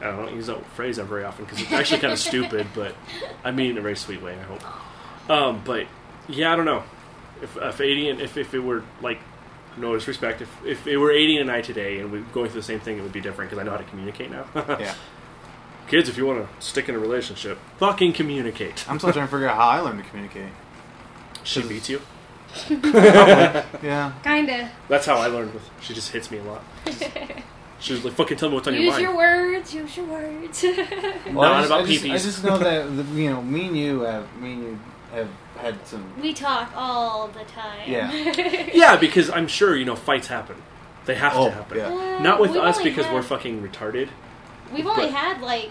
[SPEAKER 2] I don't use that phrase very often because it's actually kind of stupid, but I mean it in a very sweet way. I hope. Um, but yeah, I don't know if if Adian, if if it were like no disrespect, if if it were Adian and I today and we were going through the same thing, it would be different because I know how to communicate now.
[SPEAKER 6] yeah.
[SPEAKER 2] Kids, if you want to stick in a relationship, fucking communicate.
[SPEAKER 6] I'm still trying to figure out how I learned to communicate.
[SPEAKER 2] She beats you.
[SPEAKER 6] Yeah.
[SPEAKER 4] Kinda.
[SPEAKER 2] That's how I learned with. She just hits me a lot. She was like, "Fucking tell me what's on your
[SPEAKER 4] Use
[SPEAKER 2] mind."
[SPEAKER 4] your words. Use your words.
[SPEAKER 2] Not
[SPEAKER 6] I just,
[SPEAKER 2] about
[SPEAKER 6] I just, I
[SPEAKER 2] peepees.
[SPEAKER 6] just know that the- you know me and you have me and you have had some.
[SPEAKER 4] we talk all the time.
[SPEAKER 6] Yeah.
[SPEAKER 2] yeah, because I'm sure you know fights happen. They have
[SPEAKER 6] Oh,
[SPEAKER 2] to happen.
[SPEAKER 6] yeah.
[SPEAKER 4] Uh,
[SPEAKER 2] Not with
[SPEAKER 4] we've
[SPEAKER 2] us
[SPEAKER 4] only
[SPEAKER 2] because
[SPEAKER 4] had-
[SPEAKER 2] we're fucking retarded.
[SPEAKER 4] We've only
[SPEAKER 2] but-
[SPEAKER 4] had like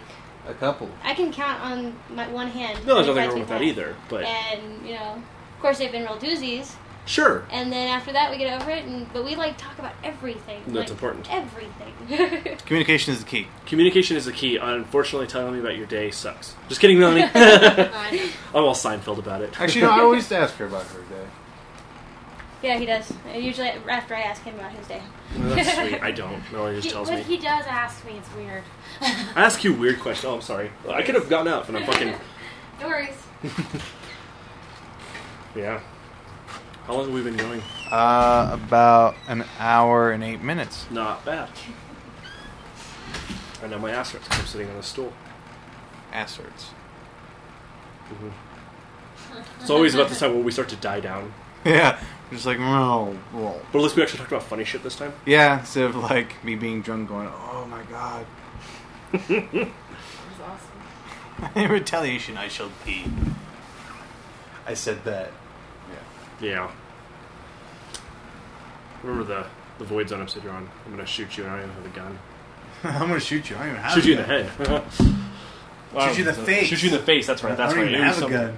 [SPEAKER 6] A couple.
[SPEAKER 4] I can count on my one hand.
[SPEAKER 2] No, there's
[SPEAKER 4] how many
[SPEAKER 2] nothing
[SPEAKER 4] fights
[SPEAKER 2] wrong
[SPEAKER 4] we've
[SPEAKER 2] with that
[SPEAKER 4] had.
[SPEAKER 2] either. But
[SPEAKER 4] And you know, of course, they've been real doozies.
[SPEAKER 2] sure,
[SPEAKER 4] And then after that, we get over it. And but we like talk about everything. like,
[SPEAKER 2] That's important.
[SPEAKER 4] Everything.
[SPEAKER 6] Communication is the key.
[SPEAKER 2] communication is the key. Unfortunately, telling me about your day sucks. Just kidding, Melanie. I'm all Seinfeld about it.
[SPEAKER 6] Actually, no. I always ask her about her day.
[SPEAKER 4] yeah, he does. And usually after I ask him about his day.
[SPEAKER 2] That's sweet. I don't. Melanie just
[SPEAKER 5] He-
[SPEAKER 2] tells
[SPEAKER 5] when
[SPEAKER 2] me.
[SPEAKER 5] he does ask me, it's weird.
[SPEAKER 2] I ask you weird questions. Oh, I'm sorry. I could have gotten up, and I'm fucking.
[SPEAKER 4] No worries.
[SPEAKER 2] Yeah. How long have we been going?
[SPEAKER 6] Uh, about an hour and eight minutes.
[SPEAKER 2] Not bad. I know my ass hurts 'cause I'm sitting on a stool.
[SPEAKER 6] Asserts.
[SPEAKER 2] Mm-hmm. It's always about this time where we start to die down.
[SPEAKER 6] Yeah. Just like no. Well.
[SPEAKER 2] But at least we actually talked about funny shit this time.
[SPEAKER 6] Yeah. Instead of like me being drunk, going, "Oh my god."
[SPEAKER 5] It was awesome.
[SPEAKER 6] In retaliation, I shall pee. I said that.
[SPEAKER 2] Yeah. Remember the the void zone episode you're on. I'm gonna shoot you, and I don't even have a gun.
[SPEAKER 6] I'm gonna shoot you. I don't even have
[SPEAKER 2] shoot
[SPEAKER 6] a
[SPEAKER 2] you in the
[SPEAKER 6] gun.
[SPEAKER 2] head.
[SPEAKER 6] Shoot you in the face.
[SPEAKER 2] Shoot you in the face. That's right. That's
[SPEAKER 6] I don't
[SPEAKER 2] right.
[SPEAKER 6] even
[SPEAKER 2] It was
[SPEAKER 6] have a
[SPEAKER 2] something-
[SPEAKER 6] gun.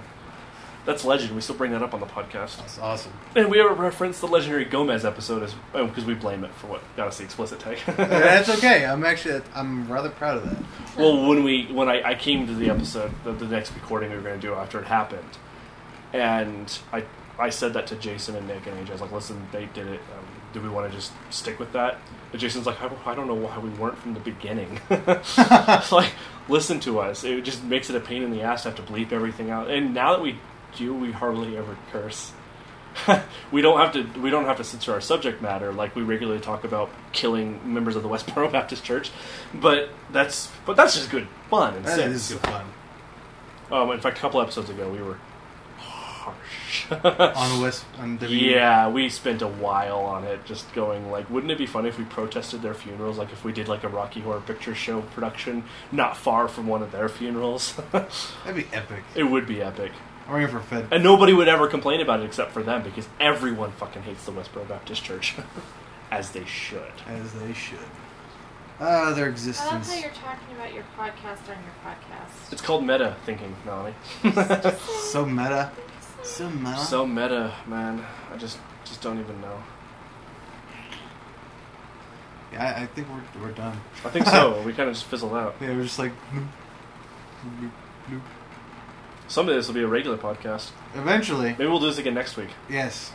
[SPEAKER 2] That's legend. We still bring that up on the podcast.
[SPEAKER 1] That's awesome.
[SPEAKER 2] And we ever reference the legendary Gomez episode as because we blame it for what got us the explicit tag.
[SPEAKER 1] That's okay. I'm actually I'm rather proud of that.
[SPEAKER 2] Well, when we when I, I came to the episode, the, the next recording we were going to do after it happened, and I I said that to Jason and Nick and AJ. I was like, listen, they did it. Um, do we want to just stick with that? And Jason's like, I, I don't know why we weren't from the beginning. It's like, listen to us. It just makes it a pain in the ass to have to bleep everything out. And now that we do, we hardly ever curse. we don't have to. We don't have to censor our subject matter like we regularly talk about killing members of the Westboro Baptist Church, but that's but that's just good fun and
[SPEAKER 1] That
[SPEAKER 2] sense.
[SPEAKER 1] is fun.
[SPEAKER 2] Um, in fact, a couple episodes ago, we were harsh.
[SPEAKER 1] On West on W.
[SPEAKER 2] yeah, we spent a while on it, just going like, wouldn't it be funny if we protested their funerals? Like if we did like a Rocky Horror Picture Show production, not far from one of their funerals,
[SPEAKER 1] That'd be epic.
[SPEAKER 2] it would be epic.
[SPEAKER 1] I'm ringing for Fed.
[SPEAKER 2] And nobody would ever complain about it except for them because everyone fucking hates the Westboro Baptist Church, as they should.
[SPEAKER 1] As they should. Ah, their
[SPEAKER 5] I love how
[SPEAKER 1] existence.
[SPEAKER 5] you're talking about your podcast on your podcast.
[SPEAKER 2] It's called meta thinking, Melanie.
[SPEAKER 1] So meta. So meta.
[SPEAKER 2] So meta, man. I just just don't even know.
[SPEAKER 1] yeah, I, I think we're, we're done.
[SPEAKER 2] I think so. we kind of just fizzled out.
[SPEAKER 1] Yeah, we're just like. bloop, bloop, bloop.
[SPEAKER 2] Someday this will be a regular podcast.
[SPEAKER 1] Eventually,
[SPEAKER 2] Maybe we'll do this again next week.
[SPEAKER 1] yes.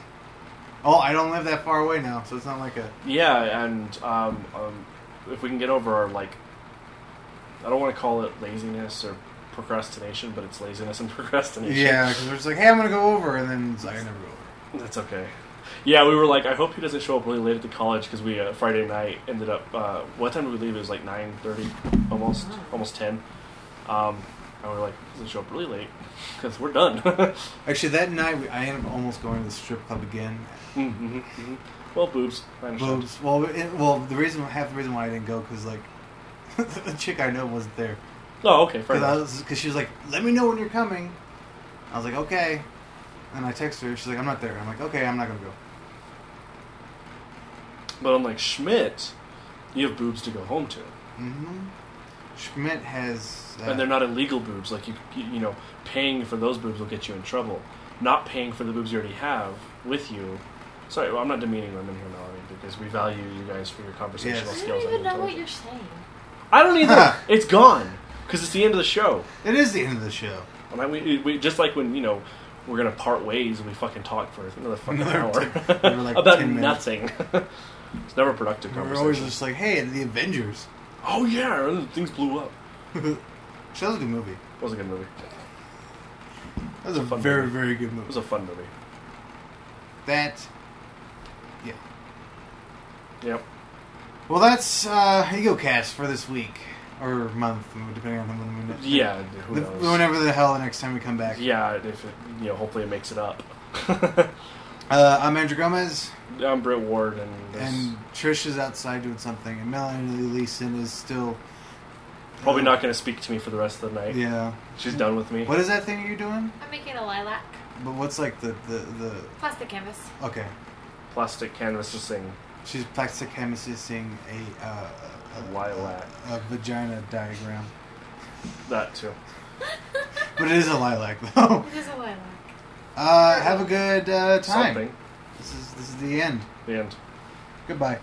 [SPEAKER 1] Oh, I don't live that far away now, so it's not like a.
[SPEAKER 2] Yeah, and um, um, if we can get over our like, I don't want to call it laziness or procrastination, but it's laziness and procrastination.
[SPEAKER 1] Yeah, because we're just like, hey, I'm gonna go over, and then it's like, I never go over.
[SPEAKER 2] That's okay. Yeah, we were like, I hope he doesn't show up really late at the college because we uh, Friday night ended up. Uh, what time did we leave? It was like nine thirty, almost almost ten. Um, and we were like, he doesn't show up really late because we're done. Mm-hmm,
[SPEAKER 1] Actually, that night we, I ended up almost going to the strip club again.
[SPEAKER 2] hmm hmm Well, boobs. I understand.
[SPEAKER 1] Boobs. Well, it, well, the reason half the reason why I didn't go because like the chick I know wasn't there
[SPEAKER 2] Oh, okay. Fair
[SPEAKER 1] because I
[SPEAKER 2] enough.
[SPEAKER 1] was because she was like, let me know when you're coming. I was like, okay. And I text her. She's like, I'm not there. I'm like, okay, I'm not gonna go.
[SPEAKER 2] But I'm like Schmidt. You have boobs to go home to,
[SPEAKER 1] hmm Schmidt has. Uh,
[SPEAKER 2] and they're not illegal boobs. Like you, you you know, paying for those boobs will get you in trouble. Not paying for the boobs you already have with you. Sorry, well, I'm not demeaning women here, Melanie, because we value you guys for your conversational
[SPEAKER 1] Yes.
[SPEAKER 5] I
[SPEAKER 2] skills.
[SPEAKER 5] don't
[SPEAKER 2] and
[SPEAKER 5] even know what
[SPEAKER 2] intelligence.
[SPEAKER 5] you're saying.
[SPEAKER 2] I don't either. it's gone because it's the end of the show.
[SPEAKER 1] It is the end of the show.
[SPEAKER 2] And I, we, we just like when you know we're gonna part ways and we fucking talk for another fucking
[SPEAKER 1] Another
[SPEAKER 2] hour
[SPEAKER 1] ten- another, like,
[SPEAKER 2] about
[SPEAKER 1] 10 minutes.
[SPEAKER 2] nothing. it's never a productive
[SPEAKER 1] We're
[SPEAKER 2] conversation.
[SPEAKER 1] always just like, hey, the Avengers.
[SPEAKER 2] oh yeah, things blew up.
[SPEAKER 1] Which, that was a good movie.
[SPEAKER 2] It was a good movie.
[SPEAKER 1] That was a,
[SPEAKER 2] It's a fun
[SPEAKER 1] very,
[SPEAKER 2] movie.
[SPEAKER 1] very good
[SPEAKER 2] It
[SPEAKER 1] movie.
[SPEAKER 2] was a fun movie.
[SPEAKER 1] That.
[SPEAKER 2] Yep.
[SPEAKER 1] Well, that's uh, EgoCast for this week or month, depending on when we.
[SPEAKER 2] Yeah. Who
[SPEAKER 1] The-
[SPEAKER 2] knows?
[SPEAKER 1] whenever the hell the next time we come back.
[SPEAKER 2] Yeah. If it, you know, hopefully it makes it up.
[SPEAKER 1] Uh, I'm Andrew Gomez,
[SPEAKER 2] I'm Britt Ward, and, this-
[SPEAKER 1] and Trish is outside doing something, and Melanie Leeson is still
[SPEAKER 2] probably not going to speak to me for the rest of the night.
[SPEAKER 1] uh, Yeah.
[SPEAKER 2] She's done with me.
[SPEAKER 1] What is that thing you're doing?
[SPEAKER 5] I'm making a lilac.
[SPEAKER 1] But what's like the the, the
[SPEAKER 5] Plastic canvas.
[SPEAKER 1] okay?
[SPEAKER 2] Plastic canvas just saying
[SPEAKER 1] She's plastic chemistessing a uh, a,
[SPEAKER 2] Lilac.
[SPEAKER 1] a, vagina diagram,
[SPEAKER 2] that too.
[SPEAKER 1] but it is a lilac though.
[SPEAKER 5] It is a lilac.
[SPEAKER 1] Uh, have a good uh, time.
[SPEAKER 2] Something.
[SPEAKER 1] This is this is the end.
[SPEAKER 2] The end.
[SPEAKER 1] Goodbye.